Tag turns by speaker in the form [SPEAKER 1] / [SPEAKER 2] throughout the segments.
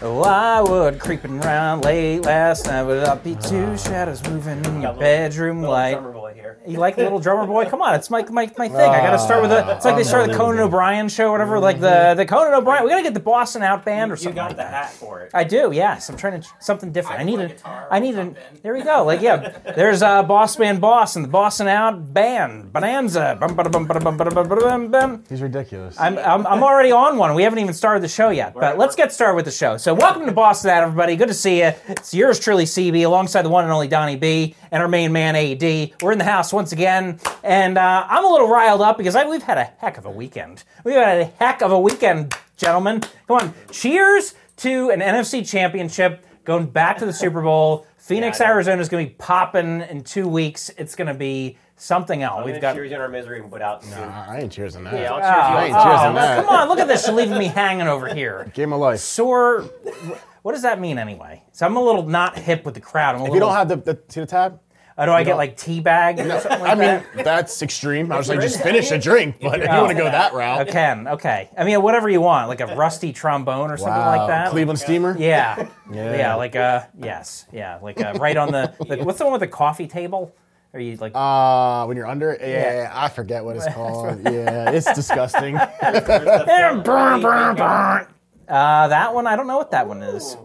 [SPEAKER 1] Oh, I would creeping round late last night, but up be two shadows moving in your
[SPEAKER 2] little-
[SPEAKER 1] bedroom
[SPEAKER 2] Little
[SPEAKER 1] light.
[SPEAKER 2] drummer boy here.
[SPEAKER 1] You like Little Drummer Boy? Come on, it's my my, my thing. I gotta start with the. It's like they started the Conan O'Brien show, whatever. Like the the Conan O'Brien. We gotta get the Boston Out band or
[SPEAKER 2] Mm-hmm. You
[SPEAKER 1] something.
[SPEAKER 2] got
[SPEAKER 1] like
[SPEAKER 2] the
[SPEAKER 1] that.
[SPEAKER 2] hat for it.
[SPEAKER 1] I do. Yes, I'm trying to something different. I,
[SPEAKER 3] I
[SPEAKER 1] need
[SPEAKER 3] play
[SPEAKER 1] a.
[SPEAKER 3] guitar
[SPEAKER 1] I need
[SPEAKER 3] or
[SPEAKER 1] an.
[SPEAKER 3] something.
[SPEAKER 1] There we go. Like yeah, there's uh, Boss Man Boss and the Boston Out band Bonanza. Bum, bada, bum, bada, bum, bada, bum, bada, bum, bum.
[SPEAKER 4] He's ridiculous.
[SPEAKER 1] I'm, I'm, I'm already on one. We haven't even started the show yet, but
[SPEAKER 2] Right.
[SPEAKER 1] let's get started with the show. So, welcome to Boston Out, everybody. Good to see you. It's yours truly, CB, alongside the one and only Donnie B, and our main man, AD. We're in the house once again, and uh, I'm a little riled up because I, we've had a heck of a weekend. We've had a heck of a weekend, gentlemen. Come on, cheers to an NFC championship going back to the Super Bowl. Phoenix,
[SPEAKER 2] Yeah, I know.
[SPEAKER 1] Arizona is going to be popping in two weeks. It's going to be something else.
[SPEAKER 2] We've
[SPEAKER 1] We've
[SPEAKER 2] got
[SPEAKER 1] got
[SPEAKER 2] cheers in our misery and put out soon.
[SPEAKER 4] I ain't cheers on that.
[SPEAKER 2] Yeah, I'll
[SPEAKER 4] I
[SPEAKER 2] cheers
[SPEAKER 4] ain't
[SPEAKER 2] you up.
[SPEAKER 4] cheers
[SPEAKER 1] Oh,
[SPEAKER 4] on
[SPEAKER 1] now,
[SPEAKER 4] that.
[SPEAKER 1] come on, look at this. You're leaving me hanging over here.
[SPEAKER 4] Game of life.
[SPEAKER 1] Sore. What does that mean anyway? So I'm a little not hip with the crowd. I'm a
[SPEAKER 4] If
[SPEAKER 1] little,
[SPEAKER 4] you don't have the, the see the tab,
[SPEAKER 1] oh, do I get like teabagged or something like
[SPEAKER 4] I mean
[SPEAKER 1] that?
[SPEAKER 4] that's extreme. I was like,
[SPEAKER 2] you're
[SPEAKER 4] just
[SPEAKER 2] into
[SPEAKER 4] finish a drink, but if you
[SPEAKER 1] out
[SPEAKER 4] want to
[SPEAKER 1] for
[SPEAKER 4] go that route,
[SPEAKER 1] I can. Okay. I mean, whatever you want, like a rusty trombone or something like that.
[SPEAKER 4] Cleveland Steamer.
[SPEAKER 1] Yeah.
[SPEAKER 4] Yeah.
[SPEAKER 1] Like uh, yes. Yeah. Like uh, right on the, the. What's the one with the coffee table? Are you like?
[SPEAKER 4] Uh, when you're under it, yeah,
[SPEAKER 1] Yeah.
[SPEAKER 4] I forget what it's called. yeah, it's disgusting. I
[SPEAKER 1] Eh, brr, brr, brr. Uh, that one. I don't know what that one is.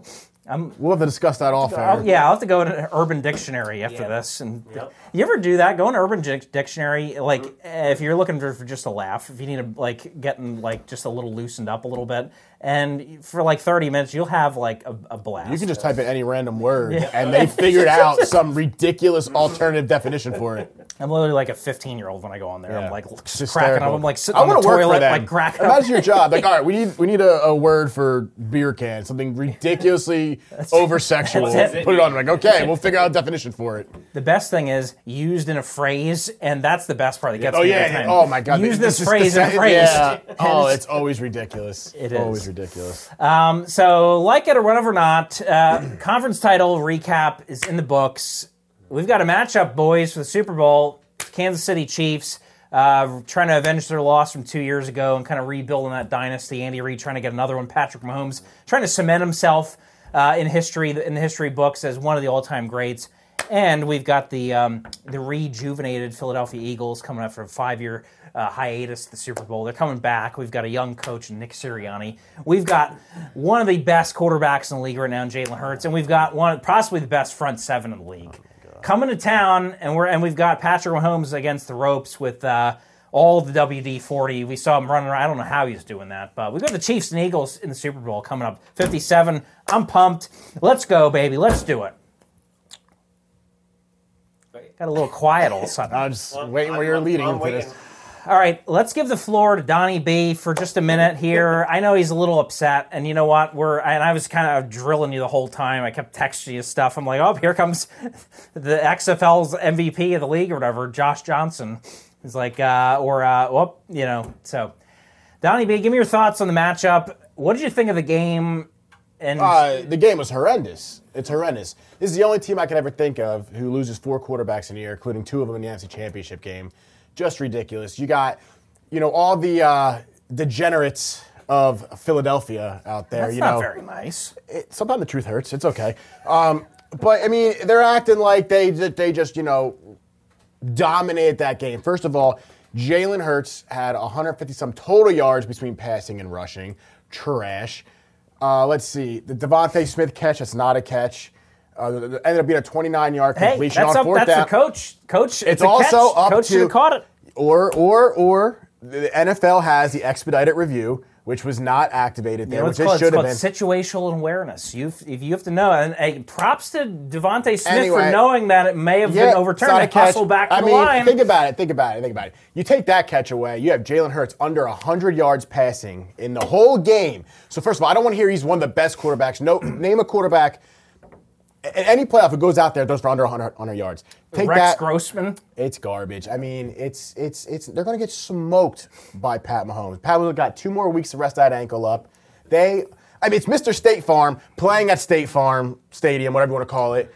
[SPEAKER 4] We'll have to discuss that off air.
[SPEAKER 1] I'll, yeah, I'll have to go to Urban Dictionary after
[SPEAKER 2] Yeah.
[SPEAKER 1] this. And
[SPEAKER 2] Yep. Mm-hmm.
[SPEAKER 1] you ever do that? Go into Urban Dic- Dictionary, like uh, if you're looking for, for just a laugh, if you need to like getting like just a little loosened up a little bit, and for like 30 minutes you'll have like a, a blast.
[SPEAKER 4] You can just type in any random word, and they figured out some ridiculous alternative definition for it.
[SPEAKER 1] I'm literally like a 15 year old when I go on there.
[SPEAKER 4] Yeah.
[SPEAKER 1] I'm like cracking
[SPEAKER 4] hysterical.
[SPEAKER 1] up. I'm like sitting
[SPEAKER 4] I
[SPEAKER 1] on the
[SPEAKER 4] wanna work for
[SPEAKER 1] toilet,
[SPEAKER 4] them.
[SPEAKER 1] like cracking up.
[SPEAKER 4] Imagine your job. Like, all right, we need we need a, a word for beer can, something ridiculously over sexual.
[SPEAKER 1] that's it. Oh,
[SPEAKER 4] Put it on. Like, okay, we'll figure out a definition for it.
[SPEAKER 1] The best thing is used in a phrase, and that's the best part that gets
[SPEAKER 4] Oh
[SPEAKER 1] me.
[SPEAKER 4] yeah.
[SPEAKER 1] every time.
[SPEAKER 4] Oh my god.
[SPEAKER 1] Use
[SPEAKER 4] it's
[SPEAKER 1] this
[SPEAKER 4] just
[SPEAKER 1] phrase
[SPEAKER 4] the
[SPEAKER 1] in a
[SPEAKER 4] same-
[SPEAKER 1] phrase.
[SPEAKER 4] Yeah. Oh, it's always ridiculous.
[SPEAKER 1] It is.
[SPEAKER 4] always ridiculous.
[SPEAKER 1] So, like it or whatever not, uh, conference title recap is in the books. We've got a matchup, boys, for the Super Bowl. Kansas City Chiefs uh, trying to avenge their loss from two years ago and kind of rebuilding that dynasty. Andy Reid trying to get another one. Patrick Mahomes trying to cement himself uh, in history in the history books as one of the all-time greats. And we've got the um, the rejuvenated Philadelphia Eagles coming after a five year uh, hiatus, to the Super Bowl. They're coming back. We've got a young coach, Nick Sirianni. We've got one of the best quarterbacks in the league right now, Jalen Hurts, and we've got one possibly the best front seven in the league coming to town, and we're and we've got Patrick Mahomes against the ropes with. Uh, all the WD 40. We saw him running around. I don't know how he's doing that, but we've got the Chiefs and Eagles in the Super Bowl coming up. 57. I'm pumped. Let's go, baby. Let's do it. Got a little quiet all of a sudden.
[SPEAKER 4] I'm just
[SPEAKER 2] Well,
[SPEAKER 4] waiting where
[SPEAKER 2] I'm-
[SPEAKER 4] you're
[SPEAKER 2] I'm-
[SPEAKER 4] leading
[SPEAKER 2] I'm
[SPEAKER 4] into this.
[SPEAKER 2] waiting.
[SPEAKER 1] All right, let's give the floor to Donnie B for just a minute here. I know he's a little upset, and you know what? We're and I was kind of drilling you the whole time. I kept texting you stuff. I'm like, oh, here comes the XFL's MVP of the league or whatever, Josh Johnson. He's like, uh, or uh, whoop, you know. So, Donnie B, give me your thoughts on the matchup. What did you think of the game? And
[SPEAKER 4] Uh, the game was horrendous. It's horrendous. This is the only team I could ever think of who loses four quarterbacks in a year, including two of them in the NFC Championship game. Just ridiculous. You got, you know, all the uh, degenerates of Philadelphia out there.
[SPEAKER 1] that's
[SPEAKER 4] you
[SPEAKER 1] not
[SPEAKER 4] know,
[SPEAKER 1] very nice.
[SPEAKER 4] it- sometimes the truth hurts. It's okay. Um, but I mean, they're acting like they they just you know dominated that game. First of all, Jalen Hurts had 150 some total yards between passing and rushing. Trash. Uh, let's see the Devontae Smith catch. That's not a catch. Uh, th- th- ended up being a 29 yard
[SPEAKER 1] Hey,
[SPEAKER 4] completion
[SPEAKER 1] that's
[SPEAKER 4] on
[SPEAKER 1] up.
[SPEAKER 4] fourth
[SPEAKER 1] That's
[SPEAKER 4] down.
[SPEAKER 1] the coach. Coach. It's,
[SPEAKER 4] It's
[SPEAKER 1] a catch.
[SPEAKER 4] also up
[SPEAKER 1] coach
[SPEAKER 4] to-
[SPEAKER 1] should have caught it.
[SPEAKER 4] Or or or the NFL has the expedited review, which was not activated there,
[SPEAKER 1] You know
[SPEAKER 4] which
[SPEAKER 1] what
[SPEAKER 4] it
[SPEAKER 1] it's
[SPEAKER 4] should have
[SPEAKER 1] called?
[SPEAKER 4] been.
[SPEAKER 1] It's called situational awareness. You if you have to know, and hey, props to Devonte Smith for
[SPEAKER 4] Anyway.
[SPEAKER 1] knowing that it may have been overturned.
[SPEAKER 4] it's not
[SPEAKER 1] They
[SPEAKER 4] a catch.
[SPEAKER 1] hustle back to
[SPEAKER 4] I
[SPEAKER 1] the
[SPEAKER 4] mean,
[SPEAKER 1] line.
[SPEAKER 4] think about it. Think about it. Think about it. You take that catch away. You have Jalen Hurts under hundred yards passing in the whole game. So first of all, I don't want to hear he's one of the best quarterbacks. No, name a quarterback. a- Any playoff who goes out there throws for under 100, 100 yards. Take
[SPEAKER 1] Rex
[SPEAKER 4] that.
[SPEAKER 1] Grossman.
[SPEAKER 4] It's garbage. I mean, it's it's it's. They're gonna get smoked by Pat Mahomes. Pat Mahomes got two more weeks to rest that ankle up. They, I mean, it's Mr. State Farm playing at State Farm Stadium, whatever you want to call it.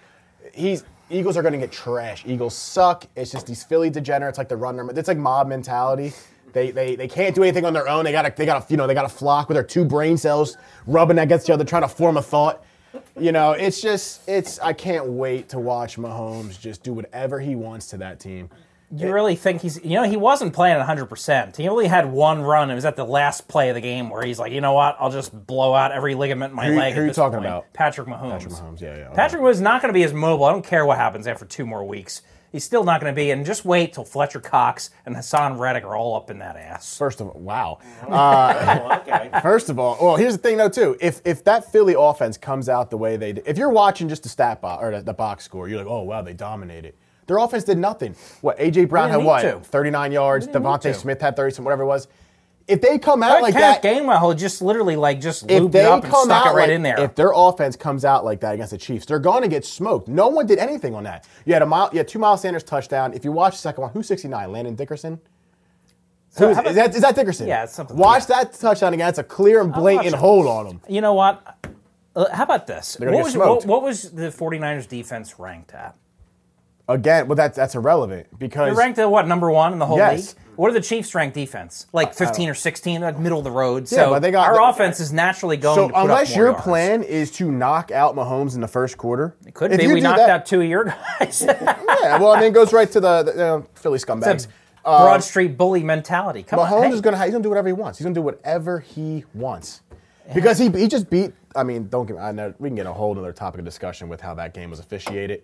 [SPEAKER 4] He's Eagles are gonna get trash. Eagles suck. It's just these Philly degenerates like the run. their- It's like mob mentality. They, they, they can't do anything on their own. They gotta they gotta you know they gotta flock with their two brain cells rubbing against each other, trying to form a thought. You know, it's just it's I can't wait to watch Mahomes just do whatever he wants to that team.
[SPEAKER 1] You really think he's, you know, he wasn't playing 100%. He only had one run. It was at the last play of the game where he's like, you know what? I'll just blow out every ligament in my
[SPEAKER 4] Who-
[SPEAKER 1] leg.
[SPEAKER 4] who
[SPEAKER 1] at
[SPEAKER 4] you
[SPEAKER 1] this
[SPEAKER 4] talking
[SPEAKER 1] point."
[SPEAKER 4] about?
[SPEAKER 1] Patrick Mahomes. Patrick
[SPEAKER 4] Mahomes, yeah, yeah. okay.
[SPEAKER 1] Patrick was not going to be as mobile. I don't care what happens after two more weeks. He's still not going to be. And just wait till Fletcher Cox and Hassan Reddick are all up in that ass.
[SPEAKER 4] First of all, wow. Uh,
[SPEAKER 2] Oh, okay.
[SPEAKER 4] First of all, well, here's the thing though too. If if that Philly offense comes out the way they did, if you're watching just the stat box or the, the box score, you're like, oh wow, they dominated. Their offense did nothing. What AJ Brown
[SPEAKER 1] They
[SPEAKER 4] had
[SPEAKER 1] didn't
[SPEAKER 4] what
[SPEAKER 1] need to.
[SPEAKER 4] 39 yards.
[SPEAKER 1] They didn't need
[SPEAKER 4] Devontae
[SPEAKER 1] to.
[SPEAKER 4] Smith had 30 some whatever it was. If they come out
[SPEAKER 1] That
[SPEAKER 4] like
[SPEAKER 1] Kenneth
[SPEAKER 4] that,
[SPEAKER 1] Gainwell just literally like just
[SPEAKER 4] if
[SPEAKER 1] lubed
[SPEAKER 4] they
[SPEAKER 1] it up and
[SPEAKER 4] come
[SPEAKER 1] stuck
[SPEAKER 4] out
[SPEAKER 1] it right
[SPEAKER 4] like-
[SPEAKER 1] in there.
[SPEAKER 4] if their offense comes out like that against the Chiefs, they're going to get smoked. No one did anything on that. You had a mile, you had two Miles Sanders touchdown. If you watch the second one, who's 69? Landon Dickerson. Who is,
[SPEAKER 1] how about-
[SPEAKER 4] is that, is that Dickerson?
[SPEAKER 1] Yeah, it's something-
[SPEAKER 4] Watch that touchdown again. It's a clear and blatant
[SPEAKER 1] watching.
[SPEAKER 4] hold on him.
[SPEAKER 1] you know what? Uh, How about this?
[SPEAKER 4] gonna
[SPEAKER 1] What
[SPEAKER 4] get
[SPEAKER 1] was,
[SPEAKER 4] smoked.
[SPEAKER 1] what, what was the 49ers defense ranked at?
[SPEAKER 4] Again, well, that's that's irrelevant because
[SPEAKER 1] They're ranked at what number one in the whole
[SPEAKER 4] Yes.
[SPEAKER 1] league. What are the Chiefs ranked defense? Like fifteen or sixteen, like middle of the road.
[SPEAKER 4] Yeah,
[SPEAKER 1] so
[SPEAKER 4] but they got-
[SPEAKER 1] our
[SPEAKER 4] they-
[SPEAKER 1] offense is naturally going.
[SPEAKER 4] so
[SPEAKER 1] to put
[SPEAKER 4] unless
[SPEAKER 1] up more
[SPEAKER 4] your
[SPEAKER 1] yards.
[SPEAKER 4] plan is to knock out Mahomes in the first quarter, it
[SPEAKER 1] could be we knocked out two of your guys.
[SPEAKER 4] yeah, well, and then it goes right to the, the you know, Philly scumbags.
[SPEAKER 1] Broad Street bully mentality. Come
[SPEAKER 4] Uh, Mahomes
[SPEAKER 1] on, hey.
[SPEAKER 4] is gonna he's gonna do whatever he wants. He's gonna do whatever he wants because he he just beat. I mean, don't get. I know we can get a whole other topic of discussion with how that game was officiated.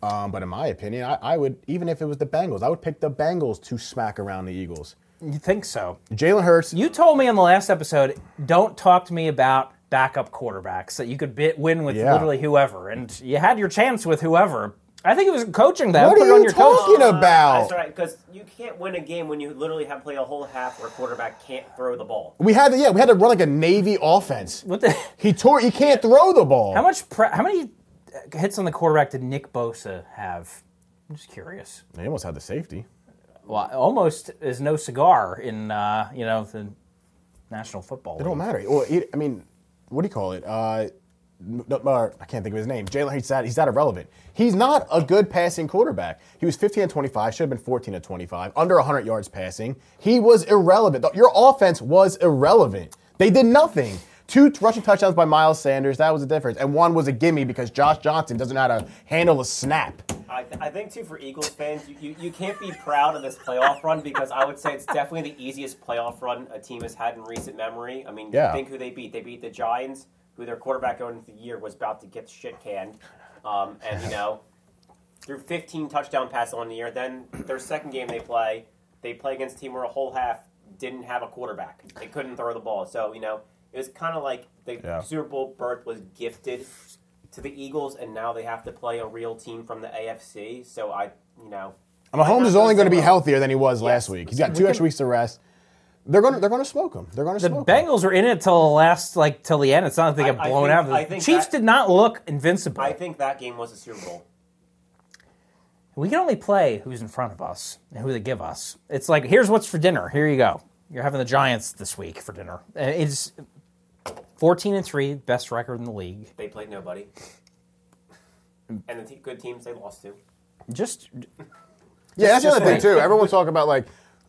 [SPEAKER 4] Um, but in my opinion, I, I would even if it was the Bengals, I would pick the Bengals to smack around the Eagles.
[SPEAKER 1] you think so?
[SPEAKER 4] Jalen Hurts,
[SPEAKER 1] You told me on the last episode, don't talk to me about backup quarterbacks that you could bit, win with
[SPEAKER 4] Yeah.
[SPEAKER 1] literally whoever, and you had your chance with whoever. I think it was coaching that.
[SPEAKER 4] what
[SPEAKER 1] Put it
[SPEAKER 4] are
[SPEAKER 1] on
[SPEAKER 4] you
[SPEAKER 1] your coach.
[SPEAKER 4] talking
[SPEAKER 2] Uh, That's
[SPEAKER 4] about?
[SPEAKER 2] right, because you can't win a game when you literally have play a whole half where a quarterback can't throw the ball.
[SPEAKER 4] We had to, yeah, we had to run like a Navy offense.
[SPEAKER 1] What the?
[SPEAKER 4] He tore. He can't throw the ball.
[SPEAKER 1] How much? Pre- how many uh, hits on the quarterback did Nick Bosa have? I'm just curious.
[SPEAKER 4] They almost had the safety.
[SPEAKER 1] Well, almost is no cigar in uh, you know the National Football.
[SPEAKER 4] It don't
[SPEAKER 1] League.
[SPEAKER 4] matter. Well, it, I mean, what do you call it? Uh, n- no, or, I can't think of his name. Jalen, he's that, he's that irrelevant. He's not a good passing quarterback. He was 15 and 25, should have been 14 and 25, under 100 yards passing. He was irrelevant. The- Your offense was irrelevant. They did nothing. Two t- rushing touchdowns by Miles Sanders, that was the difference. And one was a gimme because Josh Johnson doesn't know how to handle a snap.
[SPEAKER 2] I, I think too for Eagles fans, you, you, you can't be proud of this playoff run because I would say it's definitely the easiest playoff run a team has had in recent memory. I mean,
[SPEAKER 4] Yeah.
[SPEAKER 2] think who they beat. They beat the Giants, who their quarterback going into the year was about to get shit canned, um, and you know threw 15 touchdown passes on the year. Then their second game they play, they play against a team where a whole half didn't have a quarterback. They couldn't throw the ball. So you know it was kind of like the
[SPEAKER 4] Yeah.
[SPEAKER 2] Super Bowl berth was gifted to the Eagles, and now they have to play a real team from the AFC. So I, you know,
[SPEAKER 4] Mahomes is only going to be healthier than he was last
[SPEAKER 2] Yes.
[SPEAKER 4] week. He's got two extra weeks to rest. They're going to they're going to smoke him. They're going to
[SPEAKER 1] The
[SPEAKER 4] smoke him.
[SPEAKER 1] Bengals were in it till the last, like till the end. It's not like they
[SPEAKER 2] I-
[SPEAKER 1] got
[SPEAKER 2] I
[SPEAKER 1] blown
[SPEAKER 2] think- I
[SPEAKER 1] out. The
[SPEAKER 2] think
[SPEAKER 1] Chiefs
[SPEAKER 2] that-
[SPEAKER 1] did not look invincible.
[SPEAKER 2] I think that game was a Super Bowl.
[SPEAKER 1] we can only play who's in front of us and who they give us. It's like here's what's for dinner. Here you go. You're having the Giants this week for dinner. Uh, It's 14 and three, best record in the league.
[SPEAKER 2] They played nobody, and the te- good teams they lost to.
[SPEAKER 1] Just
[SPEAKER 4] Yeah, that's the other thing
[SPEAKER 1] just
[SPEAKER 4] too. Everyone's talking about like,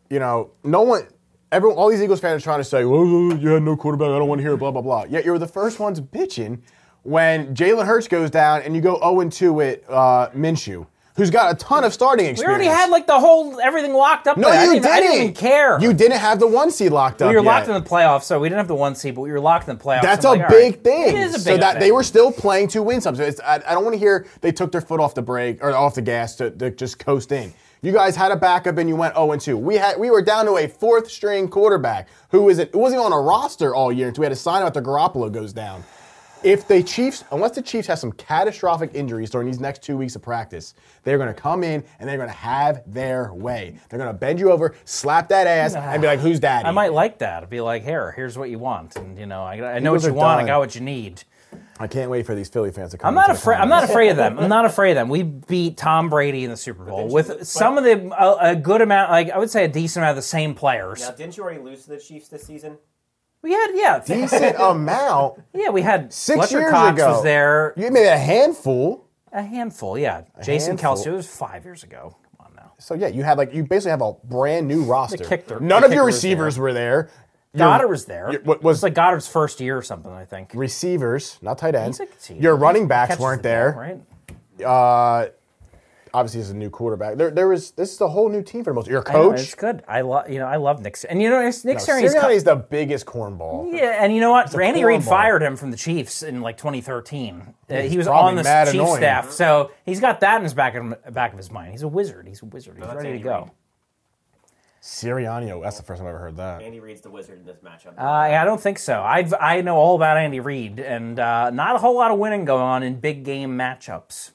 [SPEAKER 4] you know, no one, everyone, all these Eagles fans are trying to say, "Oh, you had no quarterback. I don't want to hear it." Blah blah blah. Yet you're the first ones bitching when Jalen Hurts goes down and you go 0 2 with uh, Minshew, who's got a ton of starting
[SPEAKER 1] we already
[SPEAKER 4] experience.
[SPEAKER 1] had like the whole everything locked up.
[SPEAKER 4] no,
[SPEAKER 1] there. I
[SPEAKER 4] you
[SPEAKER 1] didn't,
[SPEAKER 4] didn't.
[SPEAKER 1] I didn't even care.
[SPEAKER 4] You didn't have the one seed locked up.
[SPEAKER 1] We were locked
[SPEAKER 4] yet.
[SPEAKER 1] in the playoffs, so we didn't have the one seed, but we were locked in the playoffs.
[SPEAKER 4] That's
[SPEAKER 1] I'm
[SPEAKER 4] a
[SPEAKER 1] like, all
[SPEAKER 4] big
[SPEAKER 1] right.
[SPEAKER 4] thing.
[SPEAKER 1] It is a big
[SPEAKER 4] so that
[SPEAKER 1] thing.
[SPEAKER 4] they were still playing to win something. It's, I, I don't want to hear they took their foot off the brake or off the gas to, to just coast in. You guys had a backup and you went 0 2. We had we were down to a fourth string quarterback who is it wasn't even on a roster all year until we had to sign out the Garoppolo goes down. If the Chiefs, unless the Chiefs have some catastrophic injuries during these next two weeks of practice, they're going to come in and they're going to have their way. They're going to bend you over, slap that ass, and be like, "Who's daddy?"
[SPEAKER 1] I might like that. I'd be like, here, here's what you want, and you know, I, I know
[SPEAKER 4] Eagles
[SPEAKER 1] what you
[SPEAKER 4] are
[SPEAKER 1] want.
[SPEAKER 4] done.
[SPEAKER 1] I got what you need.
[SPEAKER 4] I can't wait for these Philly fans to come.
[SPEAKER 1] I'm not
[SPEAKER 4] into the
[SPEAKER 1] afraid. I'm not afraid of them. I'm not afraid of them. We beat Tom Brady in the Super Bowl
[SPEAKER 2] didn't you-
[SPEAKER 1] with some of the a, a good amount, like I would say, a decent amount of the same players.
[SPEAKER 2] Now, didn't you already lose to the Chiefs this season?
[SPEAKER 1] We had, yeah,
[SPEAKER 4] decent amount.
[SPEAKER 1] yeah, we had
[SPEAKER 4] Six
[SPEAKER 1] Fletcher
[SPEAKER 4] years
[SPEAKER 1] Cox
[SPEAKER 4] ago,
[SPEAKER 1] was there,
[SPEAKER 4] You made a handful.
[SPEAKER 1] a handful, yeah. Jason
[SPEAKER 4] handful.
[SPEAKER 1] Kelsey it was five years ago. Come on now.
[SPEAKER 4] So yeah, you had like you basically have a brand new roster.
[SPEAKER 1] kicker-
[SPEAKER 4] None
[SPEAKER 1] the
[SPEAKER 4] of your
[SPEAKER 1] kicker was there.
[SPEAKER 4] receivers were there. Your
[SPEAKER 1] Goddard was there.
[SPEAKER 4] you- what was-
[SPEAKER 1] it's like Goddard's first year or something, I think.
[SPEAKER 4] receivers, not tight ends.
[SPEAKER 1] He's like, see,
[SPEAKER 4] Your running backs
[SPEAKER 1] Catches
[SPEAKER 4] weren't
[SPEAKER 1] the ball, right?
[SPEAKER 4] there. Obviously, as a new quarterback, there there was this is a whole new team for the most. Your
[SPEAKER 1] I know,
[SPEAKER 4] coach,
[SPEAKER 1] it's good. I love you know I love Nick, and you know it's- Nick
[SPEAKER 4] No,
[SPEAKER 1] Sirianni's co-
[SPEAKER 4] Sirianni's the biggest cornball.
[SPEAKER 1] Yeah, and you know what? Randy Reid
[SPEAKER 4] cornball.
[SPEAKER 1] fired him from the Chiefs in like 2013. Uh, he was
[SPEAKER 4] probably
[SPEAKER 1] on the
[SPEAKER 4] mad
[SPEAKER 1] Chiefs
[SPEAKER 4] annoying.
[SPEAKER 1] staff, so he's got that in his back of, back of his mind. He's a wizard. He's a wizard. He's
[SPEAKER 2] that's
[SPEAKER 1] ready to
[SPEAKER 2] Andy
[SPEAKER 1] go.
[SPEAKER 2] Reid.
[SPEAKER 4] Sirianni, oh, that's the first time I've ever heard that.
[SPEAKER 2] Andy Reid's the wizard in this matchup.
[SPEAKER 1] Uh, yeah, I don't think so. I I know all about Andy Reid, and uh, not a whole lot of winning going on in big game matchups.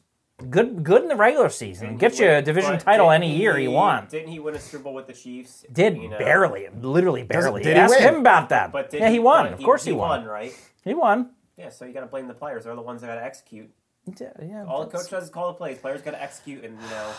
[SPEAKER 1] Good, good in the regular season. Get you a division
[SPEAKER 2] But
[SPEAKER 1] title
[SPEAKER 2] didn't
[SPEAKER 1] any year you
[SPEAKER 2] he-
[SPEAKER 1] want.
[SPEAKER 2] Didn't he win a Super Bowl with the Chiefs?
[SPEAKER 1] Did
[SPEAKER 2] You know?
[SPEAKER 1] barely, literally barely.
[SPEAKER 4] did he
[SPEAKER 1] Ask
[SPEAKER 4] win?
[SPEAKER 1] him about that.
[SPEAKER 2] But did
[SPEAKER 1] yeah, he won.
[SPEAKER 2] but
[SPEAKER 1] Of course, he,
[SPEAKER 2] he
[SPEAKER 1] won.
[SPEAKER 2] right?
[SPEAKER 1] He won.
[SPEAKER 2] Yeah, so you got to blame the players. They're the ones that got to execute.
[SPEAKER 1] Yeah, yeah,
[SPEAKER 2] All the
[SPEAKER 1] that's-
[SPEAKER 2] coach does is call the plays. Players got to execute, and you know,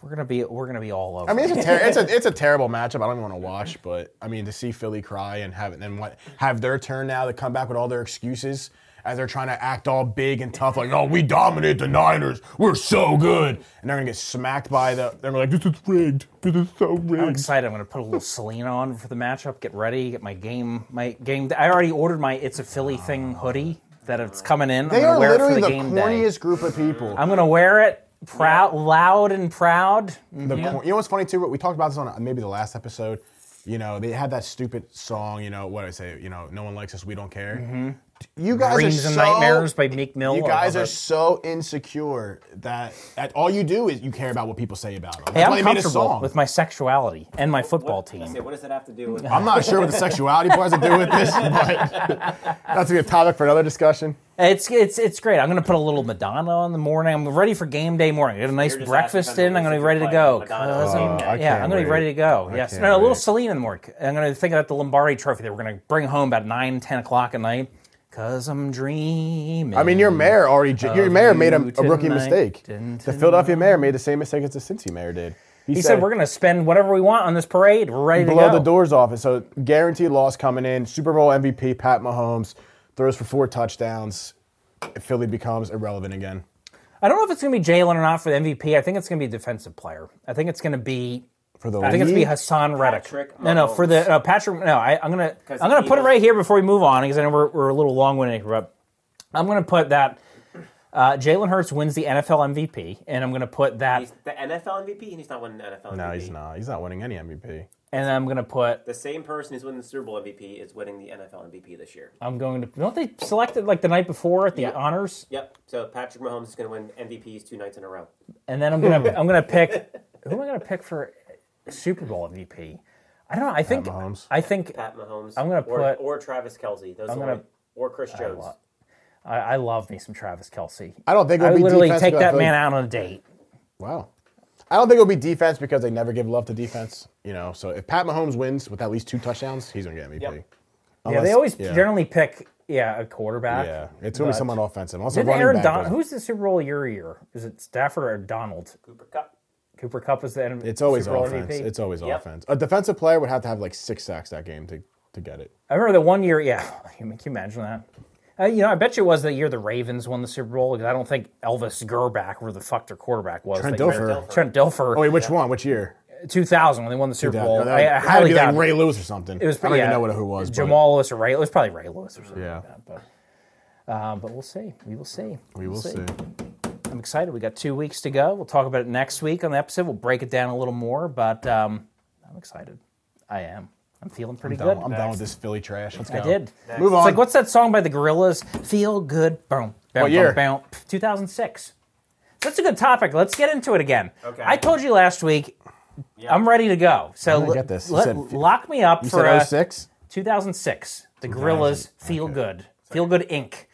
[SPEAKER 1] We're gonna be, we're gonna be all over.
[SPEAKER 4] I mean, it's a, ter- it's a it's a terrible matchup. I don't even want to watch, but I mean, to see Philly cry and have then what have their turn now to come back with all their excuses as they're trying to act all big and tough, like, oh, we dominate the Niners, we're so good, and they're gonna get smacked by the. They're gonna be like, this is rigged, this is so
[SPEAKER 1] I'm
[SPEAKER 4] rigged.
[SPEAKER 1] excited. I'm going to put a little Selena on for the matchup. Get ready. Get my game. My game. I already ordered my "It's a Philly Thing" hoodie that it's coming in. I'm
[SPEAKER 4] They
[SPEAKER 1] going
[SPEAKER 4] are
[SPEAKER 1] to wear it for
[SPEAKER 4] literally
[SPEAKER 1] the
[SPEAKER 4] the,
[SPEAKER 1] game
[SPEAKER 4] corniest
[SPEAKER 1] day.
[SPEAKER 4] group of people.
[SPEAKER 1] I'm going to wear it proud, loud and proud.
[SPEAKER 4] The cor- you know what's funny too? We talked about this on uh, maybe the last episode. You know, they had that stupid song. You know what did I say? You know, no one likes us. We don't care. You
[SPEAKER 1] Mm-hmm.
[SPEAKER 4] guys
[SPEAKER 1] Dreams
[SPEAKER 4] are
[SPEAKER 1] and
[SPEAKER 4] so,
[SPEAKER 1] Nightmares by Meek Mill.
[SPEAKER 4] You
[SPEAKER 1] Oh, I
[SPEAKER 4] guys
[SPEAKER 1] love
[SPEAKER 4] are
[SPEAKER 1] it.
[SPEAKER 4] so insecure that, that all you do is you care about what people say about them.
[SPEAKER 1] Hey,
[SPEAKER 4] That's why
[SPEAKER 1] I'm
[SPEAKER 4] they made a
[SPEAKER 1] comfortable
[SPEAKER 4] song.
[SPEAKER 1] with my sexuality and my football
[SPEAKER 2] what, I say,
[SPEAKER 1] team.
[SPEAKER 2] what does it have to do with?
[SPEAKER 4] I'm not sure what the sexuality part has to do with this, but that's a good topic for another discussion.
[SPEAKER 1] It's it's it's great. I'm going to put a little Madonna on the morning. I'm ready for game day morning. I got a nice
[SPEAKER 2] You're just
[SPEAKER 1] breakfast
[SPEAKER 2] asking
[SPEAKER 1] in. I'm going to
[SPEAKER 2] if
[SPEAKER 1] be
[SPEAKER 2] you
[SPEAKER 1] ready to
[SPEAKER 2] play
[SPEAKER 1] go.
[SPEAKER 2] Madonna on
[SPEAKER 1] Cousin.
[SPEAKER 2] game day.
[SPEAKER 1] yeah,
[SPEAKER 2] I
[SPEAKER 4] Oh, can't
[SPEAKER 1] I'm going to be
[SPEAKER 4] wait.
[SPEAKER 1] ready to go.
[SPEAKER 4] I
[SPEAKER 1] yes.
[SPEAKER 4] can't
[SPEAKER 1] No, a little
[SPEAKER 4] wait.
[SPEAKER 1] Celine in the morning. I'm going to think about the Lombardi Trophy that we're going to bring home about 9, 10 o'clock at night. Cause I'm dreaming.
[SPEAKER 4] I mean, your mayor already, j- your
[SPEAKER 1] Of
[SPEAKER 4] mayor
[SPEAKER 1] you
[SPEAKER 4] made a, a rookie
[SPEAKER 1] tonight
[SPEAKER 4] mistake.
[SPEAKER 1] and
[SPEAKER 4] The Philadelphia mayor made the same mistake as the Cincy mayor did.
[SPEAKER 1] he said we're going to spend whatever we want on this parade. We're ready to
[SPEAKER 4] blow
[SPEAKER 1] go.
[SPEAKER 4] the doors off. And so guaranteed loss coming in. Super Bowl MVP Pat Mahomes throws for four touchdowns. Philly becomes irrelevant again.
[SPEAKER 1] I don't know if it's going to be Jalen or not for the MVP. I think it's going to be a defensive player. I think it's going to be.
[SPEAKER 4] For the
[SPEAKER 1] I think it's gonna be
[SPEAKER 4] league?
[SPEAKER 1] Hassan Reddick.
[SPEAKER 2] Patrick
[SPEAKER 1] no, no, for the
[SPEAKER 2] Mahomes.
[SPEAKER 1] no, Patrick. No, I, I'm gonna
[SPEAKER 2] 'Cause
[SPEAKER 1] I'm gonna
[SPEAKER 2] he
[SPEAKER 1] put it
[SPEAKER 2] was-
[SPEAKER 1] right here before we move on because I know we're, we're a little long winded, but I'm gonna put that uh, Jalen Hurts wins the NFL MVP, and I'm gonna put that,
[SPEAKER 2] He's the NFL MVP, and he's not winning the NFL MVP.
[SPEAKER 4] No, he's not. He's not winning any MVP.
[SPEAKER 1] and I'm gonna put
[SPEAKER 2] The same person who's winning the Super Bowl MVP is winning the NFL MVP this year.
[SPEAKER 1] I'm going to don't they select it like the night before at the
[SPEAKER 2] Yeah.
[SPEAKER 1] honors,
[SPEAKER 2] Yep. So Patrick Mahomes is going to win MVPs two nights in a row.
[SPEAKER 1] and then I'm gonna
[SPEAKER 4] Hmm.
[SPEAKER 1] I'm gonna pick who am I gonna pick for Super Bowl MVP? I don't know. I think
[SPEAKER 4] Mahomes.
[SPEAKER 1] I think
[SPEAKER 2] Pat Mahomes.
[SPEAKER 1] I'm gonna
[SPEAKER 2] or,
[SPEAKER 1] put-
[SPEAKER 2] or Travis Kelsey. Those are the
[SPEAKER 1] gonna-
[SPEAKER 2] only- or Chris Jones.
[SPEAKER 1] I, I love me some Travis Kelsey.
[SPEAKER 4] I don't think
[SPEAKER 1] I
[SPEAKER 4] it'll
[SPEAKER 1] would
[SPEAKER 4] be
[SPEAKER 1] literally
[SPEAKER 4] defense
[SPEAKER 1] take
[SPEAKER 4] because I
[SPEAKER 1] that
[SPEAKER 4] feel
[SPEAKER 1] man
[SPEAKER 4] like-
[SPEAKER 1] out on a date.
[SPEAKER 4] Wow. I don't think it'll be defense because they never give love to defense. You know, so if Pat Mahomes wins with at least two touchdowns, he's gonna get MVP.
[SPEAKER 2] Yep.
[SPEAKER 1] Yeah, they
[SPEAKER 4] Unless-
[SPEAKER 1] always
[SPEAKER 4] yeah.
[SPEAKER 1] generally pick yeah a quarterback.
[SPEAKER 4] Yeah, it's gonna be
[SPEAKER 1] but-
[SPEAKER 4] someone offensive. Also,
[SPEAKER 1] Did
[SPEAKER 4] running
[SPEAKER 1] Aaron
[SPEAKER 4] back
[SPEAKER 1] Don-
[SPEAKER 4] doesn't-
[SPEAKER 1] Who's the Super Bowl your year? Is it Stafford or Donald?
[SPEAKER 2] Cooper Cup.
[SPEAKER 1] Cooper Cup was the end.
[SPEAKER 4] It's always
[SPEAKER 1] Super Bowl
[SPEAKER 4] offense.
[SPEAKER 1] MVP?
[SPEAKER 4] It's always
[SPEAKER 2] Yep.
[SPEAKER 4] offense. A defensive player would have to have like six sacks that game to, to get it.
[SPEAKER 1] I remember the one year. Yeah, can you imagine that? Uh, you know, I bet you it was the year the Ravens won the Super Bowl because I don't think Elvis Gerback, where the fuck their quarterback was,
[SPEAKER 4] Trent
[SPEAKER 1] that year.
[SPEAKER 4] Dilfer.
[SPEAKER 1] Trent Dilfer,
[SPEAKER 4] Oh wait, which one? Which year?
[SPEAKER 1] 2000 when they won the Super
[SPEAKER 4] Yeah,
[SPEAKER 1] Bowl.
[SPEAKER 4] that-
[SPEAKER 1] I, I
[SPEAKER 4] that had to
[SPEAKER 1] highly
[SPEAKER 4] be
[SPEAKER 1] doubt
[SPEAKER 4] like
[SPEAKER 1] it.
[SPEAKER 4] Ray Lewis or something.
[SPEAKER 1] It was
[SPEAKER 4] I don't
[SPEAKER 1] yeah,
[SPEAKER 4] even know what, who it was. but-
[SPEAKER 1] Jamal Lewis or Ray. It was probably Ray Lewis or something.
[SPEAKER 4] Yeah.
[SPEAKER 1] like that, but, um, but we'll see. We will see.
[SPEAKER 4] We will see.
[SPEAKER 1] I'm excited. We got two weeks to go. We'll talk about it next week on the episode. We'll break it down a little more, but um, I'm excited. I am. I'm feeling pretty
[SPEAKER 4] Done-
[SPEAKER 1] good.
[SPEAKER 4] I'm done with this Philly trash. Let's go.
[SPEAKER 1] I did.
[SPEAKER 4] Move
[SPEAKER 1] It's
[SPEAKER 4] on.
[SPEAKER 1] like what's that song by the Gorillas? Feel good. Boom. boom
[SPEAKER 4] What year?
[SPEAKER 1] Boom, boom. 2006. That's a good topic. Let's get into it again.
[SPEAKER 2] Okay.
[SPEAKER 1] I told you last week. I'm ready to go. So
[SPEAKER 4] didn't
[SPEAKER 1] l-
[SPEAKER 4] get this. You
[SPEAKER 1] let-
[SPEAKER 4] said-
[SPEAKER 1] lock me up
[SPEAKER 4] you
[SPEAKER 1] for uh,
[SPEAKER 4] said
[SPEAKER 1] a-
[SPEAKER 4] 06?
[SPEAKER 1] 2006. The Gorillas. Feel good. Feel good Inc.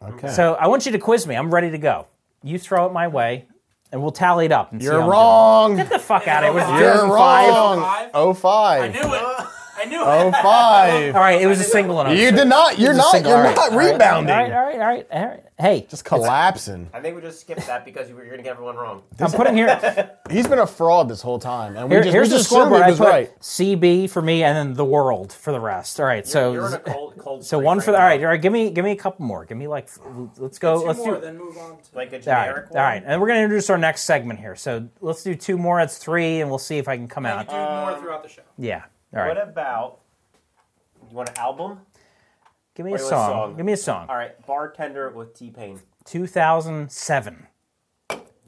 [SPEAKER 4] Okay.
[SPEAKER 1] So I want you to quiz me. I'm ready to go. You throw it my way, and we'll tally it up. And see
[SPEAKER 4] You're
[SPEAKER 1] how I'm doing.
[SPEAKER 4] wrong.
[SPEAKER 1] Get the fuck out of here. It was
[SPEAKER 4] You're
[SPEAKER 1] 2005.
[SPEAKER 4] wrong. 05.
[SPEAKER 2] I knew it. I I knew
[SPEAKER 4] Oh
[SPEAKER 2] it.
[SPEAKER 4] five.
[SPEAKER 1] All right, it was a single and
[SPEAKER 4] You did not. You're
[SPEAKER 1] It's a
[SPEAKER 4] not.
[SPEAKER 1] single.
[SPEAKER 4] You're
[SPEAKER 1] All right,
[SPEAKER 4] not
[SPEAKER 1] all right,
[SPEAKER 4] rebounding.
[SPEAKER 1] All right, all right, all right, all right. Hey,
[SPEAKER 4] Just collapsing.
[SPEAKER 2] I think we just skipped that because you were going to get everyone wrong.
[SPEAKER 1] I'm putting here.
[SPEAKER 4] He's been a fraud this whole time, and we
[SPEAKER 1] here
[SPEAKER 4] just,
[SPEAKER 1] here's
[SPEAKER 4] we
[SPEAKER 1] the
[SPEAKER 4] just assumed
[SPEAKER 1] scoreboard.
[SPEAKER 4] he
[SPEAKER 1] I
[SPEAKER 4] was
[SPEAKER 1] put
[SPEAKER 4] right.
[SPEAKER 1] CB for me, and then the world for the rest. All right, so
[SPEAKER 2] you're in a cold, cold
[SPEAKER 1] so
[SPEAKER 2] streak
[SPEAKER 1] one for
[SPEAKER 2] right
[SPEAKER 1] the. All right,
[SPEAKER 2] now.
[SPEAKER 1] all right. Give me give me a couple more. Give me like let's go.
[SPEAKER 3] Two
[SPEAKER 1] let's
[SPEAKER 3] more,
[SPEAKER 1] do.
[SPEAKER 3] then move on. To,
[SPEAKER 2] Like a
[SPEAKER 1] All right,
[SPEAKER 2] generic
[SPEAKER 1] all right, and we're gonna introduce our next segment here. So let's do two more. That's three, and we'll see if I can come
[SPEAKER 3] I
[SPEAKER 1] out.
[SPEAKER 3] can do more throughout the show.
[SPEAKER 1] Yeah. All
[SPEAKER 2] Uh-huh. What
[SPEAKER 1] right.
[SPEAKER 2] about you want an album?
[SPEAKER 1] Give me a
[SPEAKER 2] Wait, what
[SPEAKER 1] song.
[SPEAKER 2] song?
[SPEAKER 1] Give me a song.
[SPEAKER 2] All right, Bartender with T Pain.
[SPEAKER 1] 2007.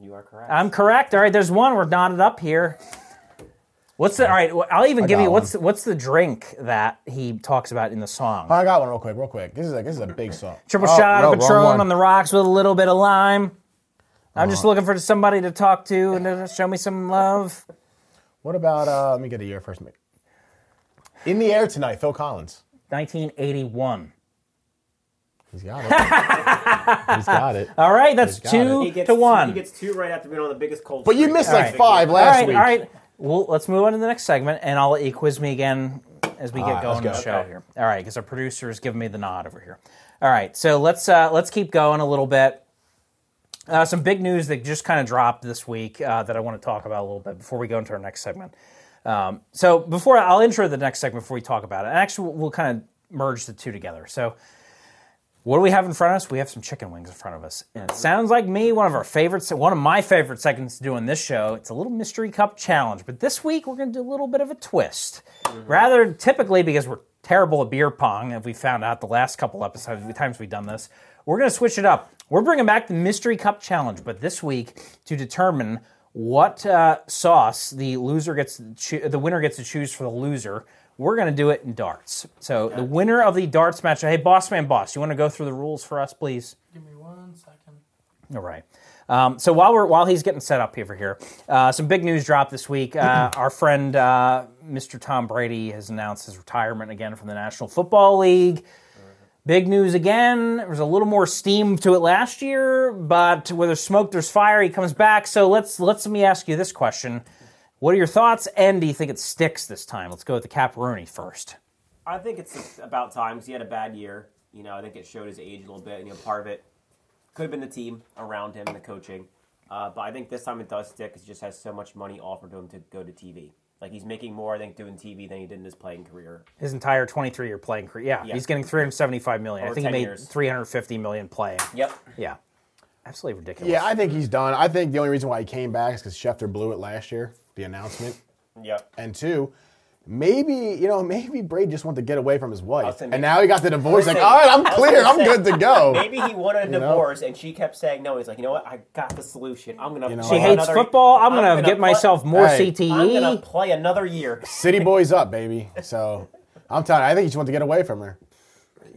[SPEAKER 2] You are correct.
[SPEAKER 1] I'm correct. All right, there's one. We're knotted up here. What's the? All right, well, I'll even give
[SPEAKER 4] got
[SPEAKER 1] you what's what's the drink that he talks about in the song.
[SPEAKER 4] I got one real quick, real quick. This is like this is a big song.
[SPEAKER 1] Triple
[SPEAKER 4] Uh, Oh,
[SPEAKER 1] shot
[SPEAKER 4] no,
[SPEAKER 1] of
[SPEAKER 4] wrong
[SPEAKER 1] Patron
[SPEAKER 4] one. Uh-huh.
[SPEAKER 1] on the rocks with a little bit of lime. I'm just looking for somebody to talk to and to show me some love.
[SPEAKER 4] What about? Uh, let me get a year first. mate. In the air tonight, Phil Collins.
[SPEAKER 1] 1981.
[SPEAKER 4] He's got it. He's got it.
[SPEAKER 1] All right, that's
[SPEAKER 4] He's got
[SPEAKER 1] two
[SPEAKER 2] he gets
[SPEAKER 1] to one.
[SPEAKER 2] He gets two right after being on the biggest cold.
[SPEAKER 4] But you
[SPEAKER 2] streak.
[SPEAKER 4] missed
[SPEAKER 2] All
[SPEAKER 4] like
[SPEAKER 2] right.
[SPEAKER 4] five
[SPEAKER 1] all
[SPEAKER 4] last
[SPEAKER 1] right,
[SPEAKER 4] week.
[SPEAKER 1] all right. Well, let's move on to the next segment, and I'll let you quiz me again as we get
[SPEAKER 4] right,
[SPEAKER 1] going
[SPEAKER 4] let's
[SPEAKER 1] on the
[SPEAKER 4] go.
[SPEAKER 1] show
[SPEAKER 2] Okay.
[SPEAKER 1] here. All right, because our producer is giving me the nod over here. All right, so let's uh, let's keep going a little bit. Uh, some big news that just kind of dropped this week uh, that I want to talk about a little bit before we go into our next segment. Um, so before I'll intro the next segment before we talk about it. And actually, we'll, we'll kind of merge the two together. So. What do we have in front of us? We have some chicken wings in front of us. And it sounds like me, one of our favorites, one of my favorite segments to do on this show. It's a little mystery cup challenge. But this week we're gonna do a little bit of a twist. Rather typically because we're terrible at beer pong, if we found out the last couple episodes the times we've done this, we're gonna switch it up. We're bringing back the mystery cup challenge, but this week to determine what uh, sauce the loser gets, to choo- the winner gets to choose for the loser. We're going to do it in darts. So the winner of the darts matchup. Hey, boss man, boss, you want to go through the rules for us, please?
[SPEAKER 3] Give me one second.
[SPEAKER 1] All right. Um, so while we're while he's getting set up over here, uh, some big news dropped this week. Uh, our friend uh, Mr. Tom Brady has announced his retirement again from the National Football League. Big news again. There was a little more steam to it last year, but where there's smoke, there's fire. He comes back. So let's let's let me ask you this question: What are your thoughts, and do you think it sticks this time? Let's go with the Caparoni first.
[SPEAKER 2] I think it's about time. 'cause He had a bad year. You know, I think it showed his age a little bit. And, you know, part of it could have been the team around him and the coaching. Uh, but I think this time it does stick because he just has so much money offered to him to go to TV. Like, he's making more, I think, doing TV than he did in his playing career.
[SPEAKER 1] His entire 23-year playing career. Yeah,
[SPEAKER 2] Yeah.
[SPEAKER 1] he's getting 375 million. I
[SPEAKER 2] Over
[SPEAKER 1] think he
[SPEAKER 2] 10
[SPEAKER 1] made
[SPEAKER 2] years.
[SPEAKER 1] 350 million playing.
[SPEAKER 2] Yep.
[SPEAKER 1] Yeah. Absolutely ridiculous.
[SPEAKER 4] Yeah, I think he's done. I think the only reason why he came back is because Schefter blew it last year, the announcement.
[SPEAKER 2] Yep.
[SPEAKER 4] And two, maybe, you know, maybe Brady just wanted to get away from his wife.
[SPEAKER 2] say
[SPEAKER 4] And
[SPEAKER 2] maybe-
[SPEAKER 4] now he got the divorce. Like,
[SPEAKER 2] say-
[SPEAKER 4] all right, I'm clear.
[SPEAKER 2] gonna
[SPEAKER 4] I'm
[SPEAKER 2] say-
[SPEAKER 4] good to go.
[SPEAKER 2] Maybe he wanted a
[SPEAKER 4] know?
[SPEAKER 2] divorce and she kept saying no. He's like, you know what? I got the solution. I'm going to
[SPEAKER 4] You know
[SPEAKER 1] She
[SPEAKER 4] Oh,
[SPEAKER 1] hates
[SPEAKER 2] another,
[SPEAKER 1] football. I'm, gonna,
[SPEAKER 2] gonna
[SPEAKER 1] get
[SPEAKER 2] play-
[SPEAKER 1] myself more E,
[SPEAKER 4] Hey.
[SPEAKER 2] I'm going
[SPEAKER 1] CTE.
[SPEAKER 2] to play another year.
[SPEAKER 4] City boys up, baby. So I'm telling you, I think he just wanted to get away from her.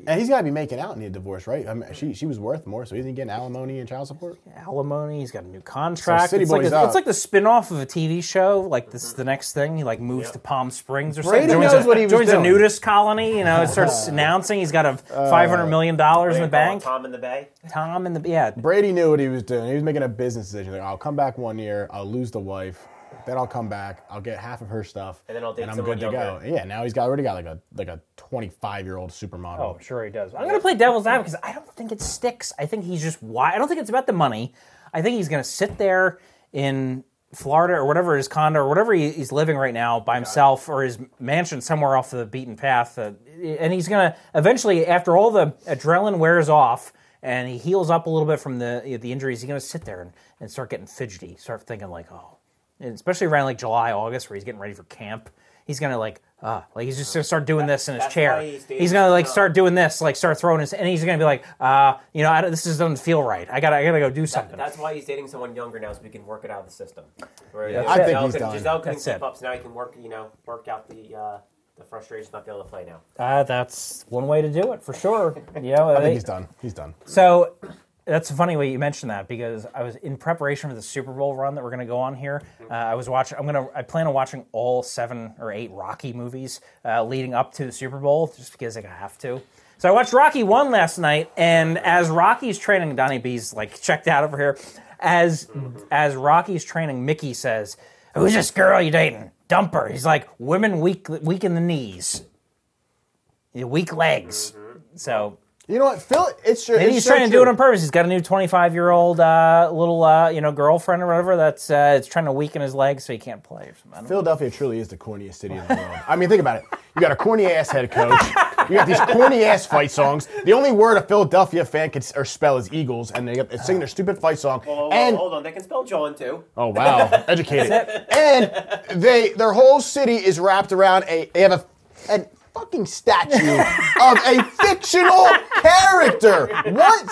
[SPEAKER 4] And he's got to be making out in the divorce, right? I mean, she, she was worth more, so he's getting alimony and child support.
[SPEAKER 1] Alimony. He's got a new contract.
[SPEAKER 4] City
[SPEAKER 1] it's, like
[SPEAKER 4] Boy's
[SPEAKER 1] a, it's
[SPEAKER 4] out.
[SPEAKER 1] like the spin-off of a TV show. Like this is the next thing. He like moves to Palm Springs or
[SPEAKER 4] Brady
[SPEAKER 1] something. Joins,
[SPEAKER 4] knows
[SPEAKER 1] a,
[SPEAKER 4] what he was
[SPEAKER 1] joins a
[SPEAKER 4] doing. Uh,
[SPEAKER 1] nudist colony. You know, it starts announcing he's got a 500 million dollars in the bank. Tom.
[SPEAKER 2] Tom in the Bay.
[SPEAKER 1] and the yeah.
[SPEAKER 4] Brady knew what he was doing. He was making a business decision. Like, I'll come back one year, I'll lose the wife, then I'll come back, I'll get half of her stuff,
[SPEAKER 2] And then I'll date
[SPEAKER 4] I'm
[SPEAKER 2] someone
[SPEAKER 4] good to go.
[SPEAKER 2] younger.
[SPEAKER 4] Yeah, now he's got already got like a like a 25 year old supermodel.
[SPEAKER 1] Oh, I'm sure he does. I'm gonna play devil's advocate because I don't think it sticks. I think he's just why. I don't think it's about the money. I think he's gonna sit there in Florida or whatever his condo or whatever he, he's living right now by himself or his mansion somewhere off the beaten path, uh, and he's gonna eventually, after all the adrenaline wears off and he heals up a little bit from the the injuries, he's gonna sit there and, and start getting fidgety, start thinking like, oh, and especially around like July, August, where he's getting ready for camp. He's gonna like, uh, like he's just gonna start doing this in his
[SPEAKER 2] That's
[SPEAKER 1] chair.
[SPEAKER 2] why he stays
[SPEAKER 1] he's gonna like
[SPEAKER 2] up.
[SPEAKER 1] start doing this, like start throwing his, and he's gonna be like, uh, you know, I don't, this just doesn't feel right. I gotta, I gotta go do something.
[SPEAKER 2] That's why he's dating someone younger now, so we can work it out of the system. Where,
[SPEAKER 1] Yeah,
[SPEAKER 2] you know,
[SPEAKER 1] I think
[SPEAKER 2] Giselle
[SPEAKER 4] he's
[SPEAKER 2] couldn't-
[SPEAKER 4] done.
[SPEAKER 2] Giselle couldn't
[SPEAKER 1] That's
[SPEAKER 2] keep
[SPEAKER 1] it.
[SPEAKER 2] up, so now he can work, you know, work out the uh, the frustration of not being able to play now.
[SPEAKER 1] uh, that's one way to do it for sure. You know,
[SPEAKER 4] I think he's done. He's done.
[SPEAKER 1] So that's a funny way you mentioned that because I was in preparation for the Super Bowl run that we're going to go on here. Uh, I was watching. I'm gonna. I plan on watching all seven or eight Rocky movies uh, leading up to the Super Bowl, just because like, I have to. So I watched Rocky one last night, and as Rocky's training, Donnie B's like checked out over here. As as Rocky's training, Mickey says, "Who's this girl you dating? Dump her." He's like, "Women weak weak in the knees." Your weak legs. So
[SPEAKER 4] You know what? Phil, it's true.
[SPEAKER 1] maybe
[SPEAKER 4] it's
[SPEAKER 1] he's
[SPEAKER 4] so
[SPEAKER 1] trying to do
[SPEAKER 4] true.
[SPEAKER 1] it on purpose. He's got a new 25 year old uh, little uh, you know girlfriend or whatever that's uh, it's trying to weaken his legs so he can't play. Or something. I don't
[SPEAKER 4] Philadelphia truly is the corniest city in the world. I mean, think about it. You got a corny ass head coach. You got these corny ass fight songs. The only word a Philadelphia fan could s- or spell is Eagles, and they they sing their stupid fight song.
[SPEAKER 2] Well,
[SPEAKER 4] and
[SPEAKER 2] hold on, they can spell John too.
[SPEAKER 4] oh wow, educated. and they their whole city is wrapped around a. They have a an fucking statue of a fictional character. What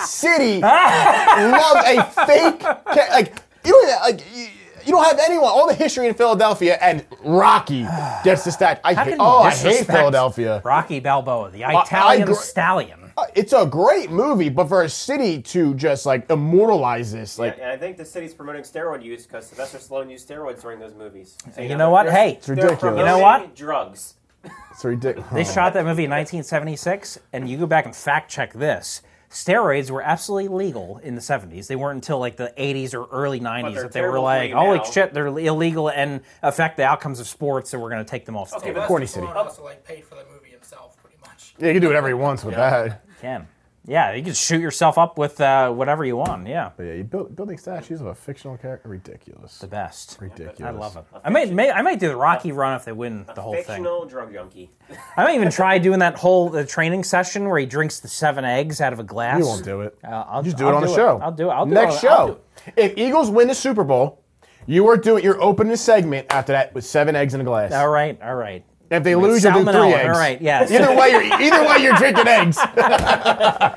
[SPEAKER 4] city love a fake ca- like you don't even- like you, you don't have anyone. All the history in Philadelphia and Rocky gets the stat. I
[SPEAKER 1] How
[SPEAKER 4] hate,
[SPEAKER 1] can you
[SPEAKER 4] oh, I hate
[SPEAKER 1] disrespect
[SPEAKER 4] Philadelphia.
[SPEAKER 1] Rocky Balboa, the
[SPEAKER 4] I
[SPEAKER 1] Italian
[SPEAKER 4] gr-
[SPEAKER 1] stallion.
[SPEAKER 4] Uh, It's a great movie, but for a city to just like immortalize this, like
[SPEAKER 2] and I think the city's promoting steroid use because Sylvester Stallone used steroids during those movies. So,
[SPEAKER 1] You know what?
[SPEAKER 2] they're-
[SPEAKER 1] Hey,
[SPEAKER 4] it's
[SPEAKER 2] they're
[SPEAKER 4] ridiculous.
[SPEAKER 1] You know
[SPEAKER 2] promoting
[SPEAKER 1] what?
[SPEAKER 2] Drugs.
[SPEAKER 4] It's ridiculous.
[SPEAKER 1] They shot that movie in 1976, and you go back and fact check this. Steroids were absolutely legal in the 70s. They weren't until like the 80s or early 90s
[SPEAKER 2] they're
[SPEAKER 1] that they were
[SPEAKER 2] terrible for
[SPEAKER 1] like,
[SPEAKER 2] you
[SPEAKER 1] holy
[SPEAKER 2] now."
[SPEAKER 1] shit, they're illegal and affect the outcomes of sports, so we're going to take them off the
[SPEAKER 2] Okay,
[SPEAKER 1] table.
[SPEAKER 2] but-
[SPEAKER 4] Corny
[SPEAKER 3] Sylvester
[SPEAKER 4] city.
[SPEAKER 3] Stallone also like paid for the movie himself, pretty much.
[SPEAKER 4] Yeah, you can do whatever he wants with that.
[SPEAKER 1] Can. Yeah, you can shoot yourself up with uh, whatever you want. Yeah,
[SPEAKER 4] But yeah, you build, building statues of a fictional character, ridiculous.
[SPEAKER 1] the best. I
[SPEAKER 4] Ridiculous.
[SPEAKER 1] love it. I might, may, I might do the Rocky run if they win the whole thing.
[SPEAKER 2] Fictional drug junkie.
[SPEAKER 1] I might even try doing that whole the training session where he drinks the seven eggs out of a glass.
[SPEAKER 4] You won't do it.
[SPEAKER 1] Uh, I'll
[SPEAKER 4] just do it
[SPEAKER 1] I'll
[SPEAKER 4] on the show.
[SPEAKER 1] I'll do it. I'll do it
[SPEAKER 4] Next
[SPEAKER 1] on- I'll do
[SPEAKER 4] show. If Eagles win the Super Bowl, you are doing. You're opening a segment after that with seven eggs in a glass.
[SPEAKER 1] All right, all right.
[SPEAKER 4] If they lose, you're doing three
[SPEAKER 1] Salmonella,
[SPEAKER 4] eggs.
[SPEAKER 1] all right, yes.
[SPEAKER 4] Either way, you're either way you're drinking eggs. Is
[SPEAKER 1] All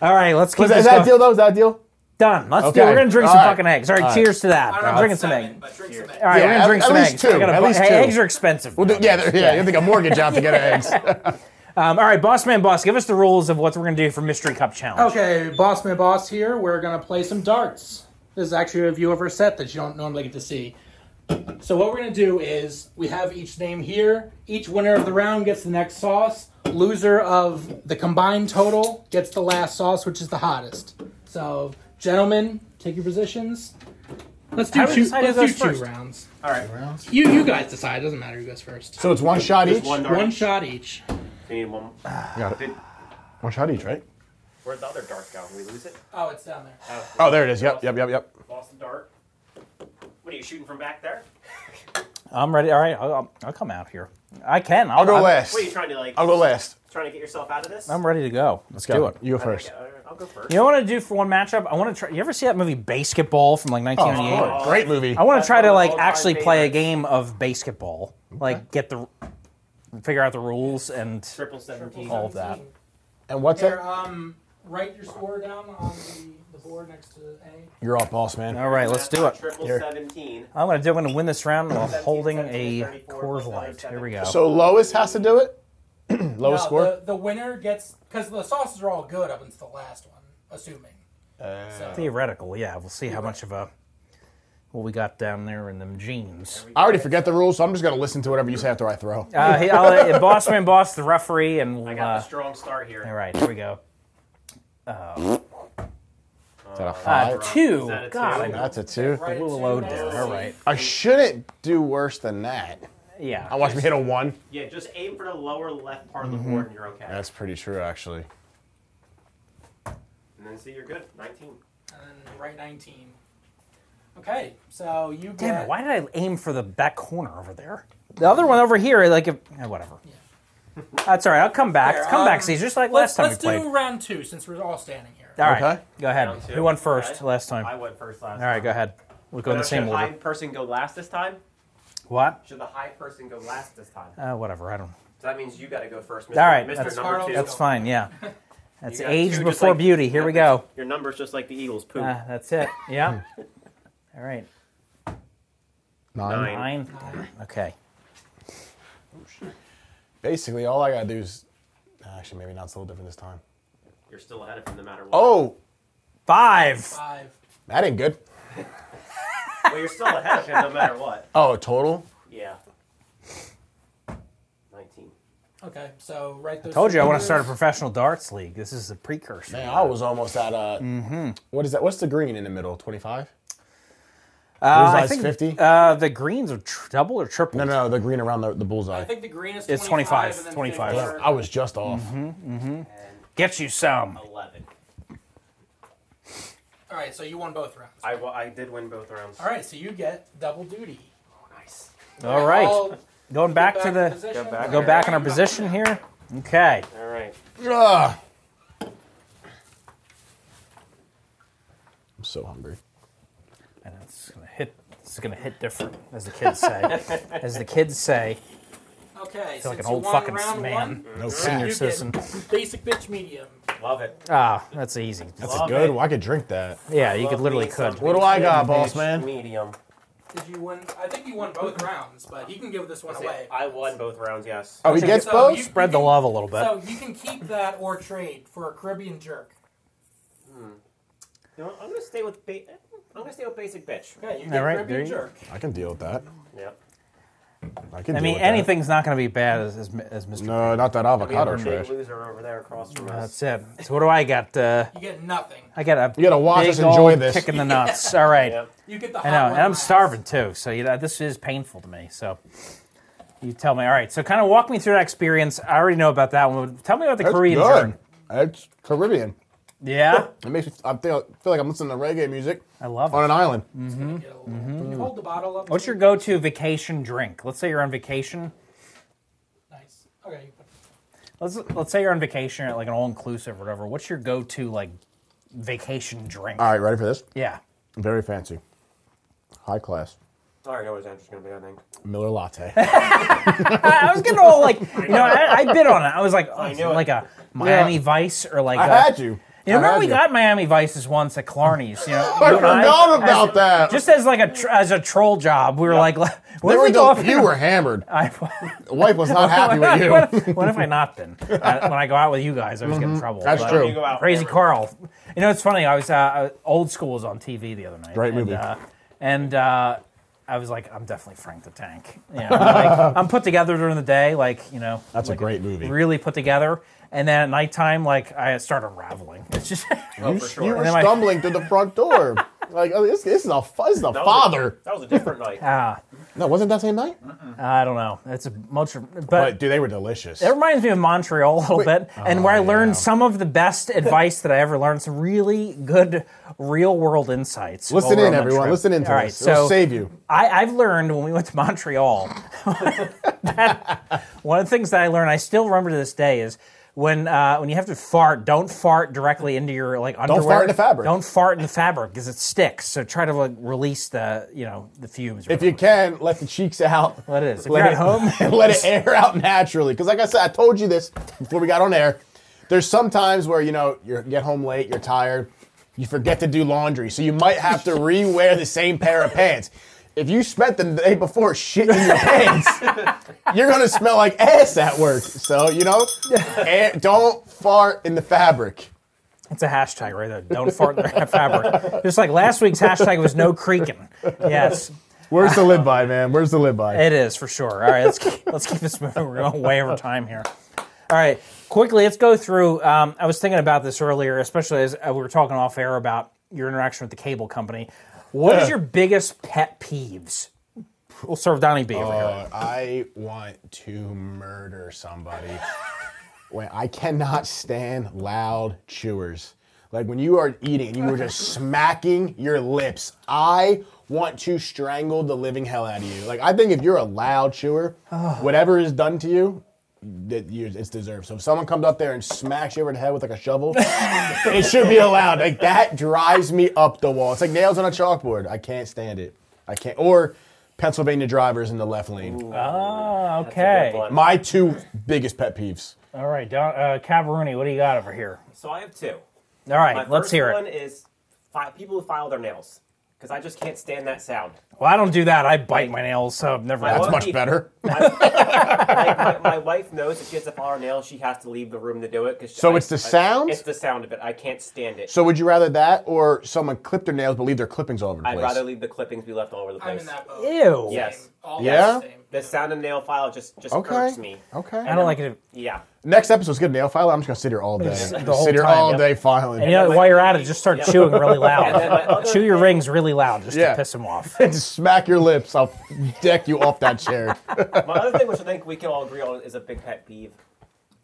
[SPEAKER 1] right, let's keep
[SPEAKER 4] that,
[SPEAKER 1] this
[SPEAKER 4] is that
[SPEAKER 1] going.
[SPEAKER 4] deal though? Is that deal?
[SPEAKER 1] done. Let's
[SPEAKER 4] Okay.
[SPEAKER 1] do. We're gonna drink
[SPEAKER 4] All
[SPEAKER 1] some
[SPEAKER 4] right.
[SPEAKER 1] fucking eggs. All right, cheers to that.
[SPEAKER 3] I
[SPEAKER 1] I'm
[SPEAKER 3] don't know
[SPEAKER 1] drinking
[SPEAKER 3] about
[SPEAKER 1] some
[SPEAKER 3] seven,
[SPEAKER 1] eggs.
[SPEAKER 3] but drink some eggs.
[SPEAKER 1] All right,
[SPEAKER 4] Yeah,
[SPEAKER 1] we're gonna
[SPEAKER 4] at-
[SPEAKER 1] drink
[SPEAKER 4] at
[SPEAKER 1] some
[SPEAKER 4] least
[SPEAKER 1] eggs.
[SPEAKER 4] two.
[SPEAKER 1] I gotta
[SPEAKER 4] At
[SPEAKER 1] bu-
[SPEAKER 4] least
[SPEAKER 1] hey,
[SPEAKER 4] two.
[SPEAKER 1] eggs are expensive.
[SPEAKER 4] We'll do, yeah, there- yeah, you have to get a mortgage out to get eggs.
[SPEAKER 1] Um, all right, boss man, boss, give us the rules of what we're gonna do for mystery cup challenge.
[SPEAKER 3] Okay, boss man, boss here. We're gonna play some darts. This is actually a view of our set that you don't normally get to see. So what we're gonna do is we have each name here. Each winner of the round gets the next sauce. Loser of the combined total gets the last sauce, which is the hottest. So, gentlemen, take your positions. Let's do
[SPEAKER 1] do we
[SPEAKER 3] two.
[SPEAKER 1] decide who
[SPEAKER 3] Let's do
[SPEAKER 1] goes
[SPEAKER 3] two
[SPEAKER 1] first?
[SPEAKER 3] rounds. All right, rounds. You you guys decide. It doesn't matter who goes first.
[SPEAKER 4] so it's one shot each.
[SPEAKER 2] One dark.
[SPEAKER 3] One shot each.
[SPEAKER 2] We need one.
[SPEAKER 1] Ah.
[SPEAKER 4] Got it.
[SPEAKER 2] Did,
[SPEAKER 4] One shot each, right?
[SPEAKER 2] where'd the other dart go? We lose it.
[SPEAKER 3] Oh, it's down there.
[SPEAKER 4] Oh, there it is. Yep, yep, yep, yep.
[SPEAKER 2] Lost the dart. What are you shooting from back there?
[SPEAKER 3] Oh.
[SPEAKER 1] I'm ready. All right, I'll, I'll- I'll come out here. I can. I'll,
[SPEAKER 4] I'll go
[SPEAKER 1] I'm,
[SPEAKER 4] last.
[SPEAKER 2] What are you trying to like?
[SPEAKER 4] I'll go last.
[SPEAKER 2] Trying to get yourself out of this?
[SPEAKER 1] I'm ready to go. Let's
[SPEAKER 4] Go.
[SPEAKER 1] do it.
[SPEAKER 4] You go
[SPEAKER 2] Okay,
[SPEAKER 4] first.
[SPEAKER 2] I'll go first.
[SPEAKER 1] You know what I want to do for one matchup? I want to try. You ever see that movie Basketball from like
[SPEAKER 4] Oh,
[SPEAKER 1] 1998?
[SPEAKER 4] Lord, great movie.
[SPEAKER 1] I want to
[SPEAKER 2] That's
[SPEAKER 1] try
[SPEAKER 2] one
[SPEAKER 1] to
[SPEAKER 2] of my
[SPEAKER 1] like
[SPEAKER 2] all-time
[SPEAKER 1] actually play a
[SPEAKER 2] favorites.
[SPEAKER 1] game of basketball, like get the figure out the rules and
[SPEAKER 2] Triple seventeen.
[SPEAKER 1] all of that.
[SPEAKER 4] And what's
[SPEAKER 3] Here,
[SPEAKER 4] that?
[SPEAKER 3] um, write your score down on the, the board next to A.
[SPEAKER 4] You're up, boss man.
[SPEAKER 1] All right, let's do it.
[SPEAKER 2] Triple
[SPEAKER 4] Here.
[SPEAKER 2] seventeen.
[SPEAKER 1] I'm gonna do. I'm gonna win this round while
[SPEAKER 2] 17,
[SPEAKER 1] holding
[SPEAKER 2] 17,
[SPEAKER 1] a
[SPEAKER 2] 34,
[SPEAKER 1] Coors
[SPEAKER 2] plus
[SPEAKER 1] Light. Here we go.
[SPEAKER 4] So Lois has to do it.
[SPEAKER 3] No,
[SPEAKER 1] Oh,
[SPEAKER 4] Lowest score.
[SPEAKER 3] The, the winner gets because the sauces are all good up until the last one, assuming. so,
[SPEAKER 1] Theoretical, yeah. We'll see how much of a what we got down there in them jeans.
[SPEAKER 4] I already forget the rules, so I'm just gonna listen to whatever you say after I throw.
[SPEAKER 1] Uh, hey, I'll let Bossman boss the referee, and we'll.
[SPEAKER 2] I got
[SPEAKER 1] Uh,
[SPEAKER 2] a strong start here.
[SPEAKER 1] all right, here we go.
[SPEAKER 4] Is that a
[SPEAKER 1] Uh,
[SPEAKER 4] five?
[SPEAKER 1] two.
[SPEAKER 2] Is that a two?
[SPEAKER 1] God,
[SPEAKER 4] That's a two.
[SPEAKER 3] Write it
[SPEAKER 1] little
[SPEAKER 3] to
[SPEAKER 1] load
[SPEAKER 3] next
[SPEAKER 1] there.
[SPEAKER 3] to
[SPEAKER 1] All
[SPEAKER 3] C.
[SPEAKER 1] right.
[SPEAKER 4] I shouldn't do worse than that.
[SPEAKER 1] Yeah.
[SPEAKER 4] I watch me hit a one.
[SPEAKER 2] Yeah, just aim for the lower left part
[SPEAKER 1] Mm-hmm.
[SPEAKER 2] of the board and you're okay.
[SPEAKER 4] That's pretty true, actually.
[SPEAKER 2] And then see, you're good. 19.
[SPEAKER 3] And then write 19. Okay, so you get.
[SPEAKER 1] Damn it! Why did I aim for the back corner over there? The other one over here, like, if, eh, whatever. That's all right. I'll come back.
[SPEAKER 3] Here,
[SPEAKER 1] come back,
[SPEAKER 3] um,
[SPEAKER 1] Caesar. Just like last
[SPEAKER 3] Let's,
[SPEAKER 1] time
[SPEAKER 3] let's
[SPEAKER 1] we played.
[SPEAKER 3] do round two since we're all standing here.
[SPEAKER 1] All right,
[SPEAKER 4] Okay.
[SPEAKER 1] go ahead.
[SPEAKER 2] Round two.
[SPEAKER 1] Who won first
[SPEAKER 2] Okay.
[SPEAKER 1] last time?
[SPEAKER 2] I
[SPEAKER 1] All
[SPEAKER 2] went first last
[SPEAKER 1] right, go ahead. We'll go in the same
[SPEAKER 2] should
[SPEAKER 1] order.
[SPEAKER 2] high person go last this time?
[SPEAKER 1] What?
[SPEAKER 2] Should the high person go last this time?
[SPEAKER 1] Uh, whatever. I don't.
[SPEAKER 2] So that means you got to go first, Mr.
[SPEAKER 1] All right,
[SPEAKER 2] Mr.
[SPEAKER 1] that's-
[SPEAKER 2] number two.
[SPEAKER 3] Carl-
[SPEAKER 1] That's fine. Yeah. That's
[SPEAKER 2] You got
[SPEAKER 1] age
[SPEAKER 2] two, just
[SPEAKER 1] before
[SPEAKER 2] like-
[SPEAKER 1] beauty. Here we go.
[SPEAKER 2] Your number's just like the Eagles. Poop.
[SPEAKER 1] Uh, that's it. Yeah. All right.
[SPEAKER 4] Nine.
[SPEAKER 2] Nine.
[SPEAKER 1] Nine. Okay.
[SPEAKER 4] Basically, all I gotta do is actually maybe not. It's a little different this time.
[SPEAKER 2] You're still ahead of him no matter what.
[SPEAKER 4] Oh,
[SPEAKER 1] Five.
[SPEAKER 3] Five.
[SPEAKER 4] that ain't good.
[SPEAKER 2] Well, you're still ahead of him no matter what.
[SPEAKER 4] Oh, total.
[SPEAKER 2] Yeah. 19.
[SPEAKER 3] Okay, so write those.
[SPEAKER 1] Told you I want to
[SPEAKER 3] numbers.
[SPEAKER 1] start a professional darts league. This is the precursor.
[SPEAKER 4] Mm-hmm. Man, I was almost at uh. What is that? What's the green in the middle? Twenty-five.
[SPEAKER 1] Uh, I
[SPEAKER 4] Bullseye's
[SPEAKER 1] think
[SPEAKER 4] 50?
[SPEAKER 1] Uh, the greens are tr- double or triple.
[SPEAKER 4] No, no, no, the green around the, the bullseye.
[SPEAKER 3] I think the green is 25.
[SPEAKER 1] It's 25,
[SPEAKER 3] and then
[SPEAKER 1] 25.
[SPEAKER 3] 50 are-
[SPEAKER 4] I was just off.
[SPEAKER 1] Hmm. Get you some.
[SPEAKER 2] Eleven.
[SPEAKER 3] All right, so you won both rounds.
[SPEAKER 2] I, wa- I did win both rounds. Oh,
[SPEAKER 3] All right, so you get double duty.
[SPEAKER 2] Nice.
[SPEAKER 1] All right.
[SPEAKER 3] All
[SPEAKER 1] Going back, to the.
[SPEAKER 3] position.
[SPEAKER 2] Go back.
[SPEAKER 1] Go back in our position here. Okay.
[SPEAKER 2] All right.
[SPEAKER 4] Ugh. I'm so hungry.
[SPEAKER 1] And it's gonna hit. It's gonna hit different, as the kids say. as the kids say,
[SPEAKER 3] Okay,
[SPEAKER 1] like
[SPEAKER 3] since
[SPEAKER 1] an old
[SPEAKER 3] you won
[SPEAKER 1] fucking
[SPEAKER 3] round
[SPEAKER 1] man.
[SPEAKER 3] One,
[SPEAKER 4] No
[SPEAKER 1] senior
[SPEAKER 3] you
[SPEAKER 4] crap.
[SPEAKER 1] citizen.
[SPEAKER 3] get basic bitch medium.
[SPEAKER 2] Love it.
[SPEAKER 1] Ah, that's easy.
[SPEAKER 4] That's a
[SPEAKER 2] Love
[SPEAKER 4] good
[SPEAKER 2] it.
[SPEAKER 4] one. I could drink that.
[SPEAKER 1] yeah, you
[SPEAKER 2] Love
[SPEAKER 1] could literally
[SPEAKER 2] me
[SPEAKER 1] could.
[SPEAKER 2] some
[SPEAKER 4] What do I got,
[SPEAKER 2] bitch
[SPEAKER 4] boss man?
[SPEAKER 2] Medium.
[SPEAKER 3] Did you win? I think you won both rounds, but he can give this one away.
[SPEAKER 2] I won both rounds. Yes.
[SPEAKER 4] Oh, he
[SPEAKER 1] So
[SPEAKER 4] gets
[SPEAKER 3] you-
[SPEAKER 4] both?
[SPEAKER 3] you-
[SPEAKER 1] Spread the love a little bit.
[SPEAKER 3] So you can keep that or trade for a Caribbean jerk.
[SPEAKER 2] No, I'm gonna stay with. Ba- I'm gonna stay with basic bitch.
[SPEAKER 3] Okay, you
[SPEAKER 1] All
[SPEAKER 3] get
[SPEAKER 1] right, there
[SPEAKER 3] Caribbean
[SPEAKER 1] you-
[SPEAKER 3] jerk.
[SPEAKER 4] I can deal with that.
[SPEAKER 2] Yeah.
[SPEAKER 4] I can
[SPEAKER 1] I
[SPEAKER 4] deal
[SPEAKER 1] mean,
[SPEAKER 4] with that.
[SPEAKER 1] anything's not going to be bad as, as, as Mr.
[SPEAKER 4] No, not that avocado
[SPEAKER 2] Our big
[SPEAKER 4] trash.
[SPEAKER 2] loser over there across from us.
[SPEAKER 1] That's it. So what do I got? Uh,
[SPEAKER 3] You get nothing.
[SPEAKER 1] I got a
[SPEAKER 4] You gotta watch
[SPEAKER 1] big
[SPEAKER 4] us enjoy
[SPEAKER 1] old
[SPEAKER 4] this.
[SPEAKER 1] kick in the nuts. All right.
[SPEAKER 2] Yep.
[SPEAKER 3] You get the
[SPEAKER 1] I
[SPEAKER 3] hot
[SPEAKER 1] know,
[SPEAKER 3] one
[SPEAKER 1] and I'm
[SPEAKER 3] last.
[SPEAKER 1] starving too. So you know, this is painful to me. So you tell me. All right. So kind of walk me through that experience. I already know about that one. Tell me about the
[SPEAKER 4] That's
[SPEAKER 1] Korean
[SPEAKER 4] good.
[SPEAKER 1] jerk.
[SPEAKER 4] That's Caribbean.
[SPEAKER 1] Yeah.
[SPEAKER 4] It makes me. I feel, feel like I'm listening to reggae music
[SPEAKER 1] I love
[SPEAKER 4] on
[SPEAKER 1] it. Mm.
[SPEAKER 4] an island.
[SPEAKER 1] Mm-hmm.
[SPEAKER 3] Get a little- Can you hold the bottle up?
[SPEAKER 1] What's your go-to vacation drink? Let's say you're on vacation.
[SPEAKER 3] Nice. Okay. you put-
[SPEAKER 1] Let's let's say you're on vacation at like an all-inclusive or whatever. What's your go-to like vacation drink?
[SPEAKER 4] All right, ready for this?
[SPEAKER 1] Yeah.
[SPEAKER 4] Very fancy, high class
[SPEAKER 2] Sorry, I was just gonna be. I think.
[SPEAKER 4] Miller latte.
[SPEAKER 1] I, I was getting all like, you know, I, I bid on it. I was like, oh, is it
[SPEAKER 2] knew it.
[SPEAKER 1] like a Miami
[SPEAKER 4] Yeah.
[SPEAKER 1] Vice or like
[SPEAKER 4] I
[SPEAKER 1] a-
[SPEAKER 4] had you.
[SPEAKER 1] You know,
[SPEAKER 4] I
[SPEAKER 1] remember
[SPEAKER 4] had
[SPEAKER 1] we
[SPEAKER 4] you.
[SPEAKER 1] got Miami Vices once at Clarny's. You know,
[SPEAKER 4] I
[SPEAKER 1] you and I,
[SPEAKER 4] forgot
[SPEAKER 1] as-
[SPEAKER 4] about that.
[SPEAKER 1] Just as like a tr- as a troll job, we were like, what
[SPEAKER 4] they
[SPEAKER 1] if
[SPEAKER 4] were
[SPEAKER 1] we go
[SPEAKER 4] dope-
[SPEAKER 1] off
[SPEAKER 4] you were hammered.
[SPEAKER 1] I,
[SPEAKER 4] The wife was not happy with you.
[SPEAKER 1] what, if- what if I not been? Uh, when I go out with you guys, I always get in trouble.
[SPEAKER 4] Mm-hmm. That's
[SPEAKER 1] but-
[SPEAKER 4] true.
[SPEAKER 2] You go out
[SPEAKER 1] Crazy
[SPEAKER 2] there.
[SPEAKER 1] Carl. You know, it's funny. I was uh, I- old school was on TV the other night.
[SPEAKER 4] Great
[SPEAKER 1] and,
[SPEAKER 4] movie.
[SPEAKER 1] Uh, and uh, I was like, I'm definitely Frank the Tank. You know, like, I'm put together during the day, like you know.
[SPEAKER 4] That's
[SPEAKER 1] like,
[SPEAKER 4] a great movie.
[SPEAKER 1] Really put together, and then at nighttime, like I start unraveling. It's just.
[SPEAKER 2] Oh,
[SPEAKER 4] you,
[SPEAKER 2] for
[SPEAKER 4] you
[SPEAKER 2] sure.
[SPEAKER 4] were
[SPEAKER 1] then my-
[SPEAKER 4] stumbling through the front door. like oh, this, this is a fu- this is a
[SPEAKER 2] That was a-
[SPEAKER 4] father.
[SPEAKER 2] that was a different night.
[SPEAKER 1] Ah,
[SPEAKER 4] no, wasn't that same night?
[SPEAKER 1] I don't know. It's a much, but,
[SPEAKER 4] But dude, they were delicious.
[SPEAKER 1] it reminds me of Montreal a little bit, and where I
[SPEAKER 4] Oh,
[SPEAKER 1] learned
[SPEAKER 4] yeah.
[SPEAKER 1] some of the best advice that I ever learned. Some really good real world insights. while
[SPEAKER 4] Listen
[SPEAKER 1] we're on
[SPEAKER 4] in,
[SPEAKER 1] that
[SPEAKER 4] everyone.
[SPEAKER 1] trip.
[SPEAKER 4] Listen in to
[SPEAKER 1] All right,
[SPEAKER 4] this. It'll
[SPEAKER 1] so
[SPEAKER 4] save you.
[SPEAKER 1] I, I've learned when we went to Montreal, that- one of the things that I learned, I still remember to this day, is when uh, when you have to fart, don't fart directly into your like underwear.
[SPEAKER 4] fart in the fabric.
[SPEAKER 1] Don't fart in the fabric because it sticks. So try to like release the you know the fumes.
[SPEAKER 4] If you can, let the cheeks out.
[SPEAKER 1] that is, if
[SPEAKER 4] let
[SPEAKER 1] you're at
[SPEAKER 4] it-
[SPEAKER 1] home,
[SPEAKER 4] let it air out naturally. Because, like I said, I told you this before we got on air. There's some times where you know you get home late, you're tired, you forget to do laundry, so you might have to rewear the same pair of pants. If you spent the day before shitting in your pants, you're gonna smell like ass at work. So you know, air, don't fart in the fabric.
[SPEAKER 1] It's a hashtag right there. Don't fart in the fabric. Just like last week's hashtag was no creaking. Yes,
[SPEAKER 4] Where's the live by, man? Where's the live by?
[SPEAKER 1] it is for sure. All right, let's keep, let's keep this moving. We're going way over time here. All right, quickly, let's go through. Um, I was thinking about this earlier, especially as uh, we were talking off air about your interaction with the cable company. What is your biggest pet peeves? We'll serve Donnie B over here.
[SPEAKER 4] Uh, I want to murder somebody. when I cannot stand loud chewers. Like when you are eating and you are just smacking your lips, I want to strangle the living hell out of you. Like I think if you're a loud chewer, whatever is done to you, that you, it's deserved. So if someone comes up there and smacks you over the head with like a shovel, it should be allowed. Like that drives me up the wall. It's like nails on a chalkboard. I can't stand it. I can't. Or Pennsylvania drivers in the left lane.
[SPEAKER 1] Ah,
[SPEAKER 2] Oh. That's a good
[SPEAKER 1] okay.
[SPEAKER 2] one.
[SPEAKER 4] My two biggest pet peeves.
[SPEAKER 1] All right, Don, uh, Cavaruni, what do you got over here?
[SPEAKER 2] So I have two.
[SPEAKER 1] All
[SPEAKER 2] My
[SPEAKER 1] right, let's
[SPEAKER 2] first
[SPEAKER 1] hear
[SPEAKER 2] one
[SPEAKER 1] it.
[SPEAKER 2] is fi- people who file their nails because I just can't stand that sound.
[SPEAKER 1] Well, I don't do that. I bite my nails, so I've never.
[SPEAKER 2] I
[SPEAKER 4] That's
[SPEAKER 2] love
[SPEAKER 4] much
[SPEAKER 2] people.
[SPEAKER 4] better.
[SPEAKER 2] Like, my, my wife knows if she has to file her nails, she has to leave the room to do it. Cause
[SPEAKER 4] So
[SPEAKER 2] I-
[SPEAKER 4] it's the
[SPEAKER 2] I-
[SPEAKER 4] sound?
[SPEAKER 2] It's the sound of it. I can't stand it.
[SPEAKER 4] So would you rather that or someone clip their nails but leave their clippings all over the
[SPEAKER 2] I'd
[SPEAKER 4] place?
[SPEAKER 2] rather leave the clippings be left all over the place.
[SPEAKER 3] I'm in that boat.
[SPEAKER 1] Ew.
[SPEAKER 2] Yes.
[SPEAKER 3] All
[SPEAKER 4] Yeah?
[SPEAKER 3] the same.
[SPEAKER 2] The sound of nail file just just
[SPEAKER 4] Okay.
[SPEAKER 2] irks me.
[SPEAKER 4] Okay.
[SPEAKER 1] I don't like it.
[SPEAKER 2] Yeah.
[SPEAKER 4] Next episode's gonna nail file. I'm just gonna sit here all day.
[SPEAKER 1] Just the
[SPEAKER 4] Just
[SPEAKER 1] whole
[SPEAKER 4] sit here
[SPEAKER 1] time,
[SPEAKER 4] all
[SPEAKER 1] yep.
[SPEAKER 4] day filing.
[SPEAKER 1] And you know, while you're at it, just start
[SPEAKER 2] Yeah.
[SPEAKER 1] chewing really
[SPEAKER 2] And then my
[SPEAKER 1] loud.
[SPEAKER 2] other
[SPEAKER 1] Chew your
[SPEAKER 2] thing-
[SPEAKER 1] rings really loud just
[SPEAKER 4] Yeah.
[SPEAKER 1] to piss him off.
[SPEAKER 4] Just smack your lips. I'll deck you off that chair.
[SPEAKER 2] My other thing, which I think we can all agree on, is a big pet peeve,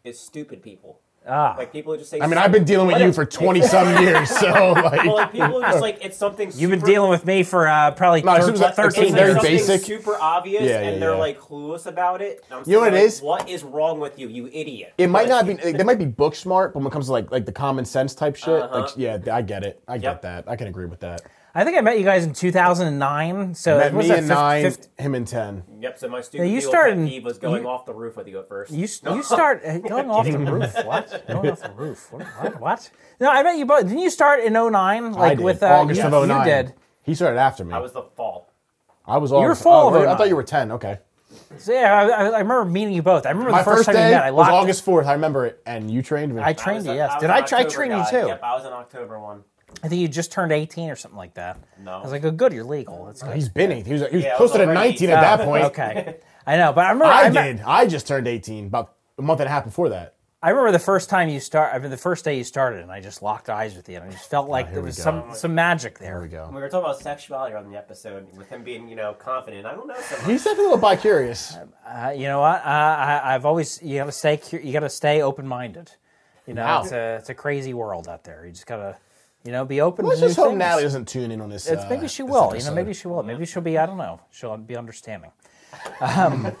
[SPEAKER 2] is stupid people.
[SPEAKER 1] Ah.
[SPEAKER 2] Like people who just say.
[SPEAKER 4] I mean, I've been dealing with you for 20 some years, so
[SPEAKER 2] Well,
[SPEAKER 4] like,
[SPEAKER 2] like people who just like it's something.
[SPEAKER 1] You've been
[SPEAKER 2] super-
[SPEAKER 1] dealing with me for uh, probably
[SPEAKER 4] No, as
[SPEAKER 1] thir-
[SPEAKER 4] soon as I- as
[SPEAKER 1] 13
[SPEAKER 2] It's
[SPEAKER 4] soon
[SPEAKER 1] years.
[SPEAKER 4] as I
[SPEAKER 2] like
[SPEAKER 4] very
[SPEAKER 2] something
[SPEAKER 4] basic.
[SPEAKER 2] super obvious,
[SPEAKER 4] Yeah, yeah,
[SPEAKER 2] and they're
[SPEAKER 4] yeah.
[SPEAKER 2] like clueless about it. And I'm
[SPEAKER 4] You
[SPEAKER 2] sitting
[SPEAKER 4] know what it
[SPEAKER 2] like,
[SPEAKER 4] is?
[SPEAKER 2] What is wrong with you, you idiot?
[SPEAKER 4] it might not be. They might be book smart, but when it comes to like like the common sense type shit, like yeah, I get it. I
[SPEAKER 2] Uh-huh. Yep.
[SPEAKER 4] get that. I can agree with that.
[SPEAKER 1] I think I met you guys in 2009. So
[SPEAKER 4] Met
[SPEAKER 1] what was
[SPEAKER 4] me
[SPEAKER 1] that,
[SPEAKER 4] in
[SPEAKER 1] fif-
[SPEAKER 4] nine,
[SPEAKER 1] fif-
[SPEAKER 4] him in ten.
[SPEAKER 2] Yep. So my stupid
[SPEAKER 1] you
[SPEAKER 2] little
[SPEAKER 1] started-
[SPEAKER 2] pet peeve was going
[SPEAKER 1] you-
[SPEAKER 2] off the roof with you at first.
[SPEAKER 1] You, s- you start uh, going off the roof. What? Going off the roof. What? What? what? No, I met you both. Didn't you start in 09?
[SPEAKER 4] I
[SPEAKER 1] Like
[SPEAKER 4] did.
[SPEAKER 1] with uh,
[SPEAKER 4] August
[SPEAKER 1] yes,
[SPEAKER 4] of 09.
[SPEAKER 1] You did.
[SPEAKER 4] He started after me.
[SPEAKER 2] I was the fall.
[SPEAKER 4] I was August.
[SPEAKER 1] fall
[SPEAKER 4] oh,
[SPEAKER 1] of
[SPEAKER 4] really? I
[SPEAKER 1] 09.
[SPEAKER 4] thought you were ten. Okay.
[SPEAKER 1] So, yeah, I, I- I remember meeting you both. I remember
[SPEAKER 4] My
[SPEAKER 1] the first,
[SPEAKER 4] first,
[SPEAKER 1] time
[SPEAKER 4] day
[SPEAKER 1] you met. I
[SPEAKER 4] was
[SPEAKER 1] locked.
[SPEAKER 4] August fourth. I remember it, and you trained me.
[SPEAKER 1] I
[SPEAKER 2] I
[SPEAKER 1] trained
[SPEAKER 2] was
[SPEAKER 1] you.
[SPEAKER 2] a-
[SPEAKER 1] Yes.
[SPEAKER 2] was
[SPEAKER 1] Did
[SPEAKER 2] an
[SPEAKER 1] I try
[SPEAKER 2] October
[SPEAKER 1] train you
[SPEAKER 2] guy.
[SPEAKER 1] too?
[SPEAKER 2] Yep. I was an October one.
[SPEAKER 1] I think you just turned 18 or something like that.
[SPEAKER 2] No.
[SPEAKER 1] I was like, oh, good, you're legal. That's good.
[SPEAKER 4] He's been eight. He was, he was
[SPEAKER 2] Yeah, I was
[SPEAKER 4] closer to
[SPEAKER 2] already-
[SPEAKER 4] nineteen at that
[SPEAKER 1] Oh,
[SPEAKER 4] point.
[SPEAKER 1] Okay. I know, but I remember
[SPEAKER 4] I
[SPEAKER 1] met-
[SPEAKER 4] did. I just turned eighteen about a month and a half before that.
[SPEAKER 1] I remember the first time you start. I mean, the first day you started, and I just locked eyes with you, and I just felt like there
[SPEAKER 4] Ah, we
[SPEAKER 1] was
[SPEAKER 4] go.
[SPEAKER 1] some some magic there.
[SPEAKER 4] There we go.
[SPEAKER 2] We were talking about sexuality on the episode with him being, you know, confident. I don't know. So much.
[SPEAKER 4] He's definitely a little bi curious.
[SPEAKER 1] Uh, you know what? Uh, I, I've always you got to stay cu- you got to stay open minded. You know,
[SPEAKER 4] Wow.
[SPEAKER 1] it's a it's a crazy world out there. You just gotta you know be open.
[SPEAKER 4] Let's
[SPEAKER 1] to
[SPEAKER 4] just
[SPEAKER 1] new
[SPEAKER 4] hope
[SPEAKER 1] things.
[SPEAKER 4] Natalie doesn't tune in on this.
[SPEAKER 1] It's,
[SPEAKER 4] uh,
[SPEAKER 1] maybe she
[SPEAKER 4] this
[SPEAKER 1] will. You know,
[SPEAKER 4] episode.
[SPEAKER 1] maybe she will. Maybe she'll be. I don't know. She'll be understanding. Um,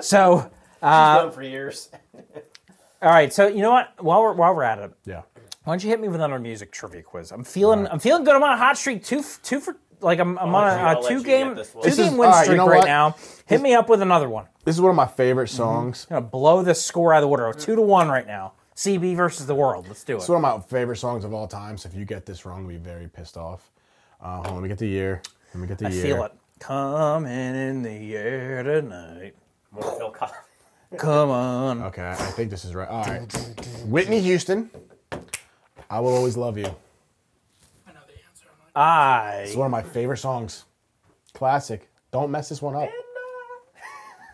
[SPEAKER 1] so Uh,
[SPEAKER 2] He's known for years.
[SPEAKER 1] all right. So you know what? While we're while we're at it,
[SPEAKER 4] Yeah.
[SPEAKER 1] Why don't you hit me with another music trivia quiz? I'm feeling I'm feeling good. I'm on a hot streak. Two f- two for like I'm, I'm on
[SPEAKER 2] I'll let
[SPEAKER 1] a,
[SPEAKER 2] you-
[SPEAKER 1] a two
[SPEAKER 2] I'll let you
[SPEAKER 1] game two
[SPEAKER 2] get this one.
[SPEAKER 1] game
[SPEAKER 4] This is-
[SPEAKER 1] win
[SPEAKER 4] all right, you
[SPEAKER 1] streak
[SPEAKER 4] know
[SPEAKER 1] right
[SPEAKER 4] what?
[SPEAKER 1] now. Hit me up with another one.
[SPEAKER 4] This is one of my favorite
[SPEAKER 1] Mm-hmm.
[SPEAKER 4] songs.
[SPEAKER 1] I'm gonna blow this score out of the water. Two to one right now. CB versus the world. Let's do
[SPEAKER 4] It's
[SPEAKER 1] it.
[SPEAKER 4] one of my favorite songs of all time. So if you get this wrong, we'll be very pissed off. Uh, hold on, let me get the year. Let me get the
[SPEAKER 1] I
[SPEAKER 4] year.
[SPEAKER 1] feel it coming in the air tonight.
[SPEAKER 2] More Phil Collins.
[SPEAKER 1] Come on.
[SPEAKER 4] Okay, I think this is right. All right. Whitney Houston. I will always love you.
[SPEAKER 3] I know the answer. I'm not-
[SPEAKER 4] It's
[SPEAKER 1] I
[SPEAKER 4] one of my favorite songs. Classic. Don't mess this one up.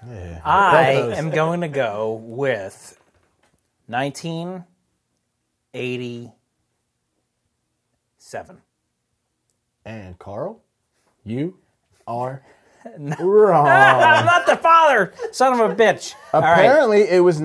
[SPEAKER 4] Yeah.
[SPEAKER 1] I
[SPEAKER 4] Both those.
[SPEAKER 1] am going to go with 1987.
[SPEAKER 4] And Carl, you are wrong.
[SPEAKER 1] I'm not the father, son of a bitch. All right.
[SPEAKER 4] Apparently, it was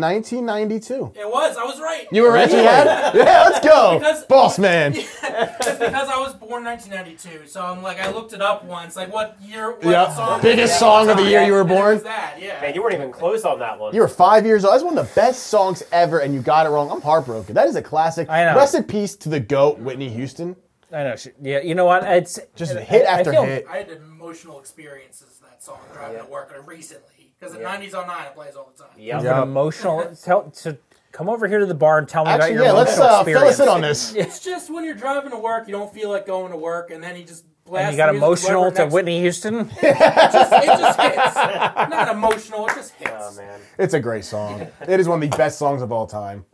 [SPEAKER 4] 1992.
[SPEAKER 3] It was. I was right.
[SPEAKER 4] You were right. You had? Yeah, let's go,
[SPEAKER 3] Because-
[SPEAKER 4] boss man.
[SPEAKER 3] It's because I was born 1992, so I'm like I looked it up once, like what year, what
[SPEAKER 4] Yeah,
[SPEAKER 3] song,
[SPEAKER 4] biggest
[SPEAKER 3] yeah,
[SPEAKER 4] song of the
[SPEAKER 3] what
[SPEAKER 4] year
[SPEAKER 3] time,
[SPEAKER 4] you were
[SPEAKER 3] and it was
[SPEAKER 4] born.
[SPEAKER 3] That, yeah.
[SPEAKER 2] Man, you weren't even close on that one.
[SPEAKER 4] You were five years old. That's one of the best songs ever, and you got it wrong. I'm heartbroken. That is a classic.
[SPEAKER 1] I know.
[SPEAKER 4] Rest in peace to the goat, Whitney Houston.
[SPEAKER 1] I know. she- Yeah, you know what? It's
[SPEAKER 4] Just
[SPEAKER 1] I-
[SPEAKER 4] hit
[SPEAKER 1] I- I
[SPEAKER 4] after
[SPEAKER 1] feel-
[SPEAKER 4] hit.
[SPEAKER 3] I had emotional experiences with that song driving to work and recently because the
[SPEAKER 2] Yeah.
[SPEAKER 3] 90s on 9 it plays all the time.
[SPEAKER 2] Yep.
[SPEAKER 1] I'm
[SPEAKER 4] Yeah.
[SPEAKER 1] emotional. Tell so come over here to the bar and tell me
[SPEAKER 4] Actually,
[SPEAKER 1] about your
[SPEAKER 4] yeah, let's
[SPEAKER 1] emotional
[SPEAKER 4] uh,
[SPEAKER 1] experience.
[SPEAKER 4] fill us in on this.
[SPEAKER 3] It's just when you're driving to work, you don't feel like going to work, and then you just blast.
[SPEAKER 1] You got
[SPEAKER 3] the music
[SPEAKER 1] emotional
[SPEAKER 3] whoever
[SPEAKER 1] to
[SPEAKER 3] next-
[SPEAKER 1] Whitney Houston.
[SPEAKER 3] It just, it just hits. Not emotional, it just hits.
[SPEAKER 2] Oh man.
[SPEAKER 4] It's a great song. It is one of the best songs of all time.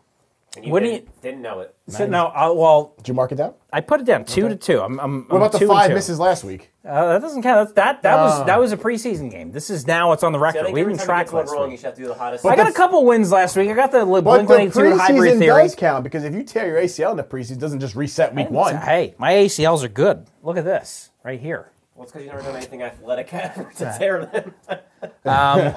[SPEAKER 2] And you
[SPEAKER 1] Wouldn't
[SPEAKER 2] didn't, didn't know it.
[SPEAKER 1] So no, uh, well,
[SPEAKER 4] Did you mark it down?
[SPEAKER 1] I put it down two to two. I'm, I'm
[SPEAKER 4] What about the
[SPEAKER 1] two
[SPEAKER 4] five
[SPEAKER 1] and two.
[SPEAKER 4] misses last week?
[SPEAKER 1] Uh, that doesn't count. That's, that that
[SPEAKER 4] Ah.
[SPEAKER 1] was that was a preseason game. This is now it's on the
[SPEAKER 2] See, I
[SPEAKER 1] record.
[SPEAKER 2] think
[SPEAKER 1] we
[SPEAKER 2] every
[SPEAKER 1] didn't
[SPEAKER 2] time
[SPEAKER 1] track
[SPEAKER 2] you get one
[SPEAKER 1] last
[SPEAKER 2] wrong, you
[SPEAKER 1] week.
[SPEAKER 2] should have to do the hottest.
[SPEAKER 1] I got
[SPEAKER 4] the-
[SPEAKER 1] a couple wins last week. I got the
[SPEAKER 4] But
[SPEAKER 1] Blink
[SPEAKER 4] the
[SPEAKER 1] One Eighty Two hybrid
[SPEAKER 4] preseason
[SPEAKER 1] theory.
[SPEAKER 4] does count because if you tear your ACL in the preseason, it doesn't just reset week one.
[SPEAKER 1] Hey, my ACLs are good. Look at this right here.
[SPEAKER 2] Well, it's because you never done anything athletic ever to tear them.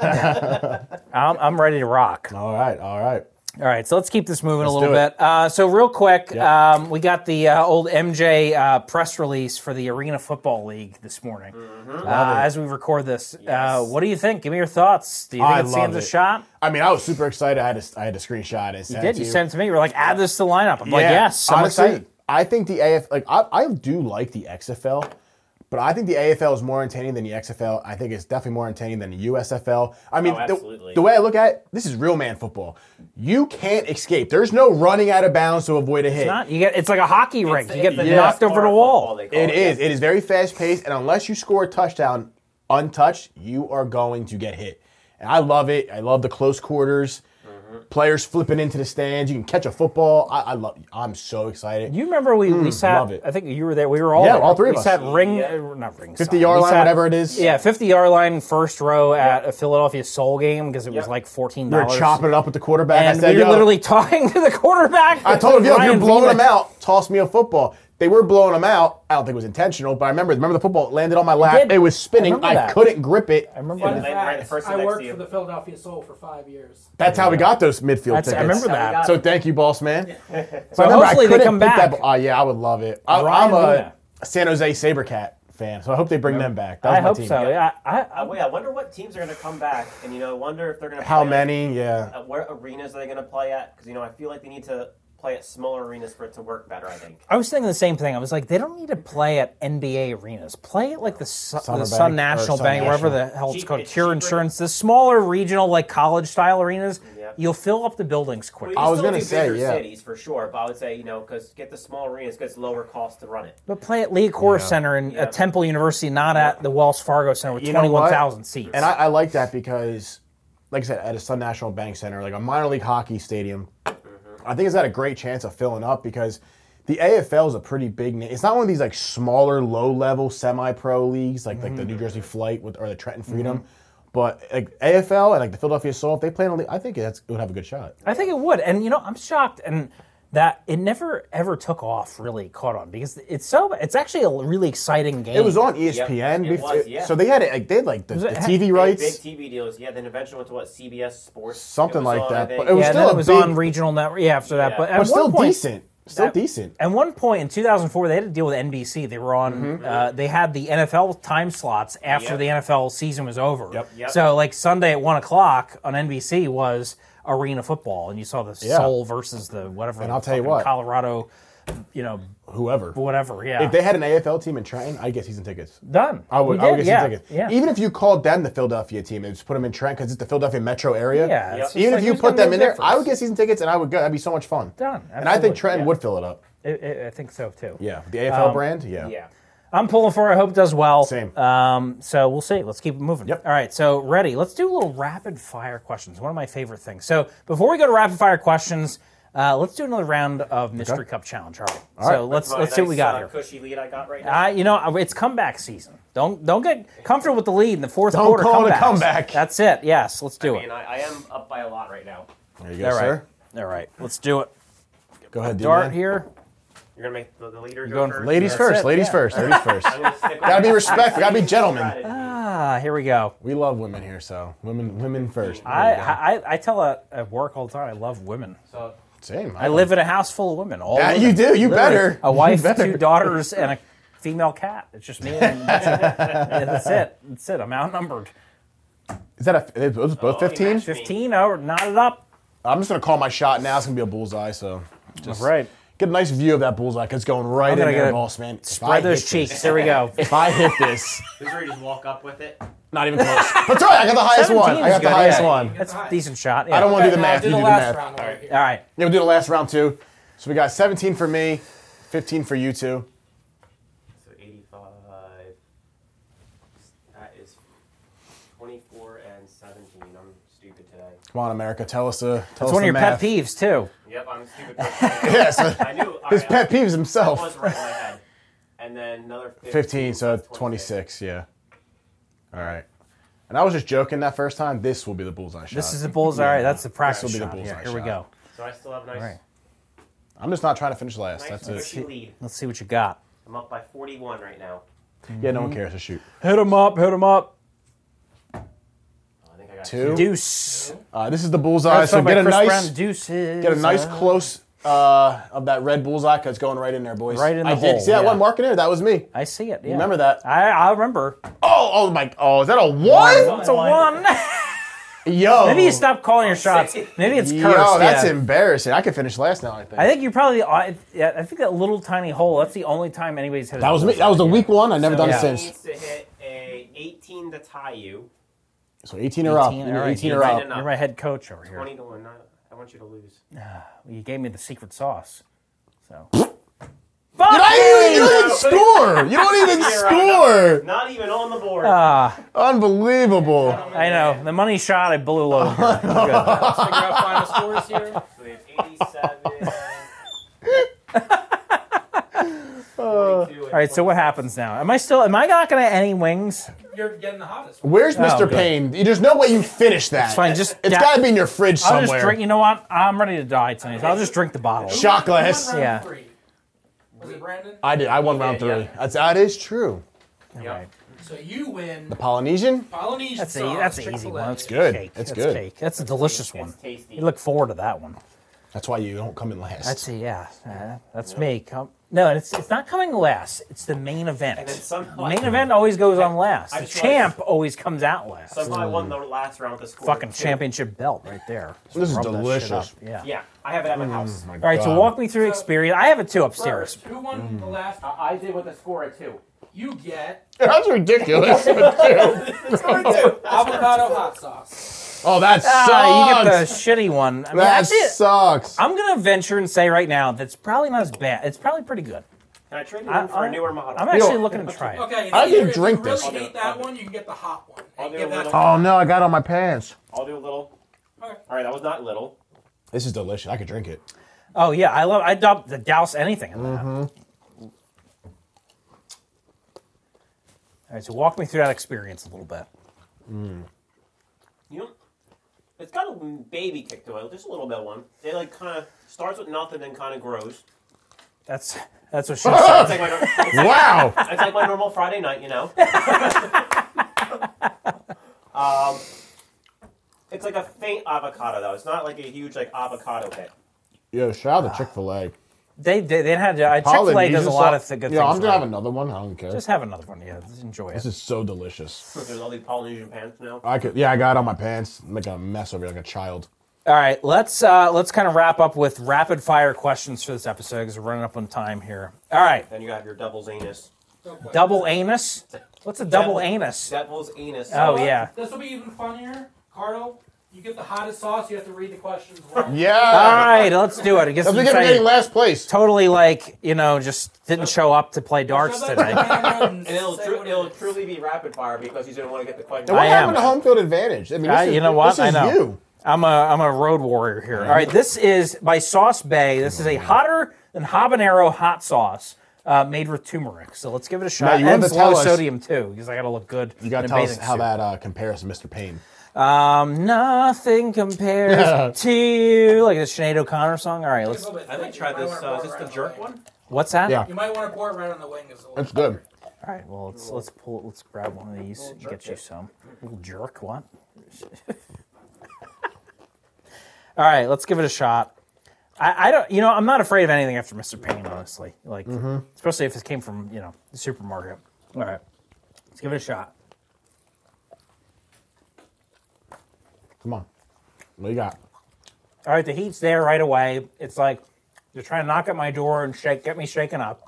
[SPEAKER 1] I'm, I'm ready to rock.
[SPEAKER 4] All right, all right.
[SPEAKER 1] All right, so let's keep this moving a
[SPEAKER 4] Let's
[SPEAKER 1] little
[SPEAKER 4] do it.
[SPEAKER 1] bit. Uh, so real quick,
[SPEAKER 4] Yep.
[SPEAKER 1] um, we got the uh, old MJ uh, press release for the Arena Football League this morning.
[SPEAKER 4] Mm-hmm.
[SPEAKER 1] Uh, as we record this, uh,
[SPEAKER 2] Yes.
[SPEAKER 1] what do you think? Give me your thoughts. Do you think
[SPEAKER 4] I
[SPEAKER 1] it stands
[SPEAKER 4] loved
[SPEAKER 1] a
[SPEAKER 4] it.
[SPEAKER 1] shot?
[SPEAKER 4] I mean, I was super excited. I had a, I had a screenshot. And
[SPEAKER 1] You
[SPEAKER 4] sent
[SPEAKER 1] did.
[SPEAKER 4] it
[SPEAKER 1] You
[SPEAKER 4] to
[SPEAKER 1] sent it to me. You were like, add this to the lineup. I'm like,
[SPEAKER 4] Yeah.
[SPEAKER 1] yes. I'm
[SPEAKER 4] Honestly,
[SPEAKER 1] excited.
[SPEAKER 4] I think the AF like I, I do like the XFL, but I think the AFL is more entertaining than the XFL. I think it's definitely more entertaining than the USFL. I mean,
[SPEAKER 2] Oh,
[SPEAKER 4] the-
[SPEAKER 2] absolutely.
[SPEAKER 4] The, way I look at it, this is real man football. You can't escape. There's no running out of bounds to avoid a hit.
[SPEAKER 1] Not, you get. It's like a hockey rink. You get
[SPEAKER 4] the
[SPEAKER 1] knocked
[SPEAKER 2] NASCAR
[SPEAKER 1] over the
[SPEAKER 2] football,
[SPEAKER 1] wall.
[SPEAKER 2] they call
[SPEAKER 4] It
[SPEAKER 2] yes.
[SPEAKER 4] is. It is very fast paced, and unless you score a touchdown untouched, you are going to get hit. And I love it. I love the close quarters. Players flipping into the stands. You can catch a football. I, I love. I'm so excited.
[SPEAKER 1] You remember we, we sat?
[SPEAKER 4] Mm, love it.
[SPEAKER 1] I think you were there. We were all
[SPEAKER 4] Yeah,
[SPEAKER 1] there.
[SPEAKER 4] all three of
[SPEAKER 1] we
[SPEAKER 4] us.
[SPEAKER 1] Sat ring,
[SPEAKER 2] Yeah.
[SPEAKER 1] uh, not ring,
[SPEAKER 4] 50
[SPEAKER 1] side.
[SPEAKER 4] yard
[SPEAKER 1] We
[SPEAKER 4] line,
[SPEAKER 1] sat-
[SPEAKER 4] whatever it is.
[SPEAKER 1] Yeah, fifty yard line, first row at a Philadelphia Soul game because it was
[SPEAKER 2] Yeah.
[SPEAKER 1] like fourteen
[SPEAKER 4] You're
[SPEAKER 1] dollars.
[SPEAKER 4] chopping it up with the quarterback.
[SPEAKER 1] and
[SPEAKER 4] I said,
[SPEAKER 1] we were
[SPEAKER 4] "Yo,
[SPEAKER 1] literally talking to the quarterback.
[SPEAKER 4] I told him, yo, if you're
[SPEAKER 1] Ryan
[SPEAKER 4] blowing
[SPEAKER 1] Beeman.
[SPEAKER 4] them out, toss me a football. They were blowing them out. I don't think it was intentional, but I remember remember the football landed on my lap.
[SPEAKER 1] did.
[SPEAKER 4] It was spinning.
[SPEAKER 1] remember
[SPEAKER 4] I,
[SPEAKER 1] that.
[SPEAKER 4] couldn't grip it.
[SPEAKER 1] I remember
[SPEAKER 3] Fun
[SPEAKER 1] that.
[SPEAKER 2] Yeah. Right, the
[SPEAKER 3] fact,
[SPEAKER 2] first
[SPEAKER 3] I
[SPEAKER 2] and next
[SPEAKER 3] worked
[SPEAKER 2] year.
[SPEAKER 3] for the Philadelphia Soul for five years.
[SPEAKER 4] That's how we got those midfield
[SPEAKER 1] That's-
[SPEAKER 4] tickets.
[SPEAKER 1] I remember
[SPEAKER 2] That's how we
[SPEAKER 1] that.
[SPEAKER 2] got
[SPEAKER 1] So,
[SPEAKER 4] So thank you, boss man.
[SPEAKER 1] hopefully
[SPEAKER 4] remember, I
[SPEAKER 1] they
[SPEAKER 4] couldn't
[SPEAKER 1] come
[SPEAKER 4] pick
[SPEAKER 1] back.
[SPEAKER 4] That, oh yeah, I would love it. I,
[SPEAKER 1] Ryan
[SPEAKER 4] I'm a
[SPEAKER 1] Luna.
[SPEAKER 4] San Jose SaberCat fan, so I hope they bring them back. That was
[SPEAKER 1] I
[SPEAKER 4] my
[SPEAKER 1] hope
[SPEAKER 4] team.
[SPEAKER 1] so. Yeah, I, I,
[SPEAKER 2] Uh, wait, I wonder what teams are going to come back, and you know, I wonder if they're going to
[SPEAKER 4] How many? Yeah.
[SPEAKER 2] At what arenas are they going to play at? Because you know, I feel like they need to play at smaller arenas for it to work better. I think.
[SPEAKER 1] I was thinking the same thing. I was like, they don't need to play at NBA arenas. Play at like the, Su-
[SPEAKER 4] Summer
[SPEAKER 1] the
[SPEAKER 4] Bank
[SPEAKER 1] Sun
[SPEAKER 4] or
[SPEAKER 1] National
[SPEAKER 4] Sun
[SPEAKER 1] Bank, wherever
[SPEAKER 4] National.
[SPEAKER 1] the hell it's
[SPEAKER 2] Cheap-
[SPEAKER 1] called,
[SPEAKER 2] it's
[SPEAKER 1] Cure
[SPEAKER 2] cheaper.
[SPEAKER 1] Insurance. The smaller regional, like college style arenas,
[SPEAKER 2] Yeah.
[SPEAKER 1] you'll fill up the buildings quick.
[SPEAKER 2] Well, you
[SPEAKER 4] I was
[SPEAKER 2] still
[SPEAKER 4] gonna
[SPEAKER 2] do
[SPEAKER 4] say,
[SPEAKER 2] bigger
[SPEAKER 4] yeah.
[SPEAKER 2] cities for sure, but I would say you know because get the small arenas because it's lower cost to run it.
[SPEAKER 1] But play at Lee Corps Center and
[SPEAKER 2] Yeah.
[SPEAKER 1] at Temple University, not at the Wells Fargo Center with
[SPEAKER 4] You know what?
[SPEAKER 1] 21,000 seats.
[SPEAKER 4] And I, I like that because, like I said, at a Sun National Bank Center, like a minor league hockey stadium, I think it's got a great chance of filling up because the AFL is a pretty big name. It's not one of these like smaller, low level, semi pro leagues like like the
[SPEAKER 1] Mm-hmm.
[SPEAKER 4] New Jersey Flight with, or the Trenton Freedom. But like AFL and like the Philadelphia Soul, if they play in a league, I think that's, it would have a good shot.
[SPEAKER 1] I think it would. And you know, I'm shocked and that it never ever took off really caught on because it's so it's actually a really exciting game.
[SPEAKER 4] It was on E
[SPEAKER 2] Yep,
[SPEAKER 4] ESPN,
[SPEAKER 2] it was,
[SPEAKER 4] bef-
[SPEAKER 2] yeah.
[SPEAKER 4] so they had it. Like, they had like the, the
[SPEAKER 1] it-
[SPEAKER 4] TV
[SPEAKER 2] Big,
[SPEAKER 4] rights,
[SPEAKER 2] big TV deals, yeah. Then eventually went to what CBS Sports,
[SPEAKER 4] Something
[SPEAKER 2] It was
[SPEAKER 4] like
[SPEAKER 2] on,
[SPEAKER 4] that,
[SPEAKER 2] I think.
[SPEAKER 4] but it was
[SPEAKER 1] yeah,
[SPEAKER 4] still
[SPEAKER 1] then
[SPEAKER 4] a
[SPEAKER 1] it was
[SPEAKER 4] big-
[SPEAKER 1] on regional network. Yeah, after that,
[SPEAKER 2] Yeah.
[SPEAKER 1] but at
[SPEAKER 4] but still
[SPEAKER 1] one point,
[SPEAKER 4] decent, still
[SPEAKER 1] that-
[SPEAKER 4] decent.
[SPEAKER 1] At one point in 2004, they had to deal with NBC. They were on.
[SPEAKER 4] Mm-hmm.
[SPEAKER 1] Uh, they had the NFL time slots after
[SPEAKER 2] Yep.
[SPEAKER 1] the NFL season was over.
[SPEAKER 4] Yep.
[SPEAKER 2] Yep.
[SPEAKER 1] So like Sunday at one o'clock on NBC was arena football, and you saw the
[SPEAKER 4] Yeah.
[SPEAKER 1] Soul versus the whatever.
[SPEAKER 4] And
[SPEAKER 1] the
[SPEAKER 4] I'll tell you
[SPEAKER 1] fucking
[SPEAKER 4] what.
[SPEAKER 1] Colorado, you know,
[SPEAKER 4] Whoever,
[SPEAKER 1] whatever. Yeah,
[SPEAKER 4] If they had an AFL team in Trenton, I'd get season tickets.
[SPEAKER 1] done.
[SPEAKER 4] I would,
[SPEAKER 1] We
[SPEAKER 4] I would
[SPEAKER 1] did,
[SPEAKER 4] get
[SPEAKER 1] yeah,
[SPEAKER 4] season tickets.
[SPEAKER 1] Yeah.
[SPEAKER 4] Even if you called them the Philadelphia team and just put them in Trenton because it's the Philadelphia metro area.
[SPEAKER 1] Yeah, it's just
[SPEAKER 4] Even
[SPEAKER 1] like,
[SPEAKER 4] if you
[SPEAKER 1] who's
[SPEAKER 4] put
[SPEAKER 1] gonna
[SPEAKER 4] them
[SPEAKER 1] be
[SPEAKER 4] in there,
[SPEAKER 1] different?
[SPEAKER 4] I would get season tickets and I would go. That'd be so much fun.
[SPEAKER 1] Done,
[SPEAKER 4] And I think
[SPEAKER 1] absolutely, Um,
[SPEAKER 4] Trenton
[SPEAKER 2] yeah.
[SPEAKER 4] would fill it up.
[SPEAKER 1] I, I- I think so too.
[SPEAKER 4] Yeah. The AFL brand. Yeah.
[SPEAKER 2] yeah.
[SPEAKER 1] I'm pulling for. it. I hope it does well.
[SPEAKER 4] Same.
[SPEAKER 1] Um, so we'll see. Let's keep it moving.
[SPEAKER 4] Yep.
[SPEAKER 1] All right. So ready. Let's do a little rapid fire questions. One of my favorite things. So before we go to rapid fire questions, uh, let's do another round of mystery cup challenge. All right. so
[SPEAKER 4] right.
[SPEAKER 1] let's
[SPEAKER 2] Right,
[SPEAKER 1] let's see what we
[SPEAKER 2] nice,
[SPEAKER 1] got
[SPEAKER 2] uh,
[SPEAKER 1] here.
[SPEAKER 2] Cushy lead I got right now.
[SPEAKER 1] Uh, you know, it's comeback season. Don't don't get comfortable with the lead in the fourth
[SPEAKER 4] Don't
[SPEAKER 1] quarter.
[SPEAKER 4] call it a
[SPEAKER 1] comebacks.
[SPEAKER 4] comeback.
[SPEAKER 1] That's it. Yes. Let's do
[SPEAKER 2] I mean, uh,
[SPEAKER 1] it.
[SPEAKER 2] I, I am up by a lot right now.
[SPEAKER 4] There you go,
[SPEAKER 1] All right.
[SPEAKER 4] sir.
[SPEAKER 1] All right. Let's do it.
[SPEAKER 4] Go ahead,
[SPEAKER 1] Dart
[SPEAKER 4] D-man.
[SPEAKER 1] here.
[SPEAKER 2] You're gonna make the, the leader go
[SPEAKER 1] going
[SPEAKER 2] first.
[SPEAKER 4] Ladies
[SPEAKER 1] That's
[SPEAKER 4] first.
[SPEAKER 1] it,
[SPEAKER 4] Ladies
[SPEAKER 1] yeah.
[SPEAKER 4] first. Ladies first.
[SPEAKER 2] I'm gonna stick with
[SPEAKER 4] gotta be
[SPEAKER 2] my
[SPEAKER 4] respectful. Gotta be gentlemen.
[SPEAKER 2] strategy.
[SPEAKER 1] Ah, here we go.
[SPEAKER 4] We love women here, so women, women first. There
[SPEAKER 1] I
[SPEAKER 4] you go.
[SPEAKER 1] I, I tell at, at work all the time. I love women.
[SPEAKER 2] So,
[SPEAKER 4] Same.
[SPEAKER 1] I live in a house full of women. All
[SPEAKER 4] Yeah,
[SPEAKER 1] women.
[SPEAKER 4] you do. You
[SPEAKER 1] Literally.
[SPEAKER 4] better.
[SPEAKER 1] A wife,
[SPEAKER 4] You better.
[SPEAKER 1] two daughters, and a female cat. It's just me. And that's, it. Yeah, that's it. That's it. I'm outnumbered.
[SPEAKER 4] Is that a? It was both
[SPEAKER 2] Oh, you
[SPEAKER 4] 15?
[SPEAKER 2] matched me.
[SPEAKER 1] Fifteen. I knotted up.
[SPEAKER 4] I'm just gonna call my shot now. It's gonna be a bullseye. So. Just
[SPEAKER 1] right.
[SPEAKER 4] Get a nice view of that bullseye. 'cause It's going right in
[SPEAKER 1] gonna
[SPEAKER 4] there,
[SPEAKER 1] get a-
[SPEAKER 4] boss man. If I
[SPEAKER 1] Spread those
[SPEAKER 4] hit this-
[SPEAKER 1] cheeks. There we go.
[SPEAKER 4] If I hit this,
[SPEAKER 2] who's ready to just walk up with it?
[SPEAKER 4] not even close. But sorry, I got the highest one.
[SPEAKER 1] 17
[SPEAKER 4] I
[SPEAKER 1] is
[SPEAKER 4] got the
[SPEAKER 1] good,
[SPEAKER 4] highest
[SPEAKER 1] yeah.
[SPEAKER 4] one.
[SPEAKER 1] That's a decent shot. Yeah.
[SPEAKER 4] I don't want to do the
[SPEAKER 3] Now,
[SPEAKER 4] math. You do
[SPEAKER 3] the
[SPEAKER 4] the
[SPEAKER 3] last
[SPEAKER 4] math.
[SPEAKER 3] round over here.
[SPEAKER 1] All right.
[SPEAKER 4] Yeah, we'll do the last round too. So we got 17 for me, 15 for you two.
[SPEAKER 2] So 85. That is 24 and 17. I'm stupid today.
[SPEAKER 4] Come on, America, tell us the. Tell
[SPEAKER 1] It's
[SPEAKER 4] us
[SPEAKER 1] one of
[SPEAKER 4] the
[SPEAKER 1] your
[SPEAKER 4] math.
[SPEAKER 1] pet peeves too.
[SPEAKER 2] Yep, I'm stupid. today.
[SPEAKER 4] Yes, uh,
[SPEAKER 2] I knew.
[SPEAKER 4] his
[SPEAKER 2] alright,
[SPEAKER 4] pet
[SPEAKER 2] I-
[SPEAKER 4] peeves
[SPEAKER 2] that
[SPEAKER 4] himself.
[SPEAKER 2] was right in my head. And then another 15.
[SPEAKER 4] 15, so
[SPEAKER 2] that's
[SPEAKER 4] 26. Yeah. All right. And I was just joking that first time. This will be the bullseye shot.
[SPEAKER 1] This is the bullseye. All right, that's the practice
[SPEAKER 4] will be the
[SPEAKER 1] shot. Here,
[SPEAKER 4] bullseye
[SPEAKER 1] here we
[SPEAKER 4] shot.
[SPEAKER 1] go.
[SPEAKER 2] So I still have a nice,
[SPEAKER 1] Alright.
[SPEAKER 4] I'm just not trying to finish last.
[SPEAKER 2] nice
[SPEAKER 4] That's
[SPEAKER 2] cushy
[SPEAKER 4] it.
[SPEAKER 2] lead.
[SPEAKER 1] Let's see what you got.
[SPEAKER 2] I'm up by 41 right now.
[SPEAKER 4] Yeah, no one cares to shoot.
[SPEAKER 1] Hit him up. Hit him up.
[SPEAKER 2] Oh, I think I got
[SPEAKER 4] Two.
[SPEAKER 1] Deuce.
[SPEAKER 4] Uh, this is the bullseye. So get a
[SPEAKER 1] Chris
[SPEAKER 4] nice,
[SPEAKER 1] Brown. Deuces.
[SPEAKER 4] get a nice
[SPEAKER 1] Uh,
[SPEAKER 4] close uh, of that red bullseye because it's going right in there, boys.
[SPEAKER 1] Right in
[SPEAKER 4] I
[SPEAKER 1] the
[SPEAKER 4] did.
[SPEAKER 1] hole,
[SPEAKER 4] See that
[SPEAKER 1] yeah.
[SPEAKER 4] one mark in there? That was me.
[SPEAKER 1] I see it. Yeah.
[SPEAKER 4] Remember that?
[SPEAKER 1] I, I remember.
[SPEAKER 4] Oh, oh my! Oh, is that a one?
[SPEAKER 1] It's a
[SPEAKER 2] One.
[SPEAKER 1] one.
[SPEAKER 4] Yo,
[SPEAKER 1] Maybe you stop calling your shots. Maybe it's cursed.
[SPEAKER 4] Oh. Yo, that's
[SPEAKER 1] yeah.
[SPEAKER 4] embarrassing. I could finish last now. I think.
[SPEAKER 1] I think you probably. I, yeah, I think that little tiny hole. That's the only time anybody's hit.
[SPEAKER 4] that was me. That was the week one. I've never done
[SPEAKER 1] Yeah.
[SPEAKER 4] it
[SPEAKER 2] He
[SPEAKER 4] since.
[SPEAKER 2] needs to hit a 18 to tie you.
[SPEAKER 4] So 18 or up.
[SPEAKER 1] 18,
[SPEAKER 4] You need
[SPEAKER 1] all right.
[SPEAKER 4] 18
[SPEAKER 1] You're
[SPEAKER 4] or
[SPEAKER 1] right
[SPEAKER 4] up.
[SPEAKER 2] in
[SPEAKER 1] You're my head coach over here.
[SPEAKER 2] 20 to 1. I- I want you to lose.
[SPEAKER 1] You gave me the secret sauce. So Fuck
[SPEAKER 4] You don't even, you
[SPEAKER 1] you!
[SPEAKER 4] don't even score. You don't even
[SPEAKER 2] You're right, not,
[SPEAKER 4] score.
[SPEAKER 2] not even on the board.
[SPEAKER 4] Unbelievable.
[SPEAKER 1] Ah, I know the money shot. I blew low. here. Good.
[SPEAKER 3] Let's figure out final scores here.
[SPEAKER 2] So we have 87.
[SPEAKER 1] All right, so what happens now? Am I still? Am I not gonna any wings?
[SPEAKER 3] You're getting the hottest. one.
[SPEAKER 4] Where's Mr.
[SPEAKER 1] Oh, good.
[SPEAKER 4] Payne? There's no way you finish that. It's
[SPEAKER 1] Fine, just
[SPEAKER 4] It's
[SPEAKER 1] yeah,
[SPEAKER 4] got to be in your fridge
[SPEAKER 1] I'll
[SPEAKER 4] somewhere.
[SPEAKER 1] just drink. You know what? I'm ready to die tonight. So I'll just drink the bottle.
[SPEAKER 4] Shot glass.
[SPEAKER 3] Round
[SPEAKER 1] Yeah.
[SPEAKER 3] three. Was it Brandon?
[SPEAKER 4] I did. I won round
[SPEAKER 2] Yeah, yeah.
[SPEAKER 4] three. That's that is true.
[SPEAKER 2] Yep.
[SPEAKER 3] So you win
[SPEAKER 4] Polynesian.
[SPEAKER 3] Polynesian
[SPEAKER 1] That's a
[SPEAKER 3] sauce,
[SPEAKER 1] that's an easy
[SPEAKER 3] Chick-fil-A.
[SPEAKER 1] one. That's
[SPEAKER 4] good.
[SPEAKER 1] Cake.
[SPEAKER 4] That's
[SPEAKER 1] that's
[SPEAKER 4] good.
[SPEAKER 1] Cake. That's a delicious one.
[SPEAKER 2] It's tasty.
[SPEAKER 1] You look forward to that one.
[SPEAKER 4] That's why you don't come in last.
[SPEAKER 1] That's a, yeah. uh, that's me. Come, no, and it's it's not coming last. It's the main event.
[SPEAKER 2] then somehow-
[SPEAKER 1] main event always goes on last.
[SPEAKER 2] I
[SPEAKER 1] the
[SPEAKER 2] just
[SPEAKER 1] champ always comes out last.
[SPEAKER 2] Somehow I won the last round with the score.
[SPEAKER 1] Fucking
[SPEAKER 2] too.
[SPEAKER 1] championship belt right there.
[SPEAKER 4] This is
[SPEAKER 1] Rub that shit
[SPEAKER 4] delicious.
[SPEAKER 1] up, Yeah.
[SPEAKER 2] Yeah, I have it
[SPEAKER 1] Mm,
[SPEAKER 2] at my house.
[SPEAKER 1] All right, so
[SPEAKER 4] God.
[SPEAKER 1] walk me through experience. I have it too upstairs.
[SPEAKER 3] First, who won the last?
[SPEAKER 2] I did with a score of two.
[SPEAKER 3] You get
[SPEAKER 4] That's ridiculous.
[SPEAKER 3] avocado hot sauce.
[SPEAKER 4] oh, that sucks.
[SPEAKER 1] Ah, you get the shitty one. I mean,
[SPEAKER 4] that
[SPEAKER 1] actually,
[SPEAKER 4] sucks.
[SPEAKER 1] I'm gonna venture and say right now that's probably not as bad. It's probably pretty good.
[SPEAKER 2] Can I trade you
[SPEAKER 1] I-
[SPEAKER 2] one for
[SPEAKER 1] I-
[SPEAKER 2] a newer model?
[SPEAKER 1] I'm actually
[SPEAKER 4] know-
[SPEAKER 1] looking to try it.
[SPEAKER 3] Okay, it's
[SPEAKER 4] I
[SPEAKER 3] either
[SPEAKER 4] can
[SPEAKER 3] if
[SPEAKER 4] drink
[SPEAKER 3] you really
[SPEAKER 4] this.
[SPEAKER 2] I'll do
[SPEAKER 3] hate
[SPEAKER 2] it,
[SPEAKER 3] that
[SPEAKER 2] I'll do
[SPEAKER 3] one, you can get the hot one.
[SPEAKER 2] I'll
[SPEAKER 3] And
[SPEAKER 2] do
[SPEAKER 3] give
[SPEAKER 2] a
[SPEAKER 3] that-
[SPEAKER 2] little.
[SPEAKER 4] oh no, I got on my pants.
[SPEAKER 2] I'll do a little.
[SPEAKER 3] Okay.
[SPEAKER 2] All right, that was not little.
[SPEAKER 4] This is delicious. I could drink it.
[SPEAKER 1] Oh yeah, I love. I dou- the douse anything in that.
[SPEAKER 4] Mm-hmm.
[SPEAKER 1] All right, so walk me through that experience a little bit.
[SPEAKER 2] You know, it's got a baby kick to it, just a little bit one. It like kind of starts with nothing, then kind of grows.
[SPEAKER 1] That's that's what she said.
[SPEAKER 2] It's like, my, it's, like,
[SPEAKER 4] Wow.
[SPEAKER 2] it's like my normal Friday night, you know. um, it's like a faint avocado though. It's not like a huge like avocado hit.
[SPEAKER 4] Yo, shout out to Chick Fil A.
[SPEAKER 1] They they, they had to. Chick Fil A does a lot of th- good
[SPEAKER 4] Yeah,
[SPEAKER 1] things.
[SPEAKER 4] I'm gonna
[SPEAKER 1] right.
[SPEAKER 4] have another one. I don't care.
[SPEAKER 1] Just have another one. Yeah, just enjoy it.
[SPEAKER 4] this is so delicious.
[SPEAKER 2] There's all these Polynesian pants now.
[SPEAKER 4] I could. Yeah, I got it on my pants. I'm making a mess over here like a child.
[SPEAKER 1] All right, let's uh, let's kind of wrap up with rapid fire questions for this episode because we're running up on time here. All right,
[SPEAKER 2] Then you have your devil's anus.
[SPEAKER 3] Okay.
[SPEAKER 1] double anus. What's a double
[SPEAKER 2] Devil-
[SPEAKER 1] anus?
[SPEAKER 2] Devil's anus.
[SPEAKER 1] Oh,
[SPEAKER 3] But
[SPEAKER 1] yeah.
[SPEAKER 3] This will be even funnier, Cardo. You get the hottest sauce. You have to read the questions. once.
[SPEAKER 1] All
[SPEAKER 4] Yeah.
[SPEAKER 1] right, let's do it. I guess I'm
[SPEAKER 4] That's what getting
[SPEAKER 1] saying-
[SPEAKER 4] getting last place.
[SPEAKER 1] totally like you know just didn't show up to play darts
[SPEAKER 3] Shove that in the
[SPEAKER 1] today.
[SPEAKER 3] camera And
[SPEAKER 2] And it'll,
[SPEAKER 3] say
[SPEAKER 2] tru-
[SPEAKER 3] what it
[SPEAKER 2] it'll
[SPEAKER 3] is.
[SPEAKER 2] truly be rapid fire because he's going to want to get the question.
[SPEAKER 4] And what
[SPEAKER 1] I am.
[SPEAKER 4] happened to home field advantage? I mean, this
[SPEAKER 1] I-
[SPEAKER 4] is,
[SPEAKER 1] you know what?
[SPEAKER 4] This is
[SPEAKER 1] I know.
[SPEAKER 4] you.
[SPEAKER 1] I'm a I'm a road warrior here. All right, this is by Sauce Bay. This is a hotter than habanero hot sauce. Uh, made with turmeric, so let's give it a shot.
[SPEAKER 4] Now, you
[SPEAKER 1] and
[SPEAKER 4] have
[SPEAKER 1] it's
[SPEAKER 4] to tell
[SPEAKER 1] low
[SPEAKER 4] us-
[SPEAKER 1] sodium too, because I gotta look good.
[SPEAKER 4] You gotta
[SPEAKER 1] in a
[SPEAKER 4] tell us
[SPEAKER 1] bathing
[SPEAKER 4] how
[SPEAKER 1] suit.
[SPEAKER 4] that uh, compares to Mr. Payne.
[SPEAKER 1] Um, nothing compares to you, like the Sinead O'Connor song. All right,
[SPEAKER 3] It's a
[SPEAKER 1] let's.
[SPEAKER 3] little bit
[SPEAKER 2] I might
[SPEAKER 3] thick.
[SPEAKER 2] try
[SPEAKER 3] You might
[SPEAKER 2] this.
[SPEAKER 3] wanna
[SPEAKER 2] Uh,
[SPEAKER 3] pour
[SPEAKER 2] is
[SPEAKER 3] it
[SPEAKER 2] this
[SPEAKER 3] right
[SPEAKER 2] the
[SPEAKER 3] on
[SPEAKER 2] jerk
[SPEAKER 3] wing.
[SPEAKER 2] one?
[SPEAKER 1] What's that?
[SPEAKER 4] Yeah,
[SPEAKER 3] You might want to pour it right on the wing. As a little.
[SPEAKER 4] that's good.
[SPEAKER 1] All right. Well, let's let's pull. Let's grab one of these and get you some. Little jerk. What? All right. Let's give it a shot. I, I don't. You know, I'm not afraid of anything after Mr. Payne. Honestly, like especially if it came from you know the supermarket. All right. Let's give it a shot.
[SPEAKER 4] Come on. What you got?
[SPEAKER 1] All right. The heat's there right away. It's like they're trying to knock at my door and shake, get me shaken up.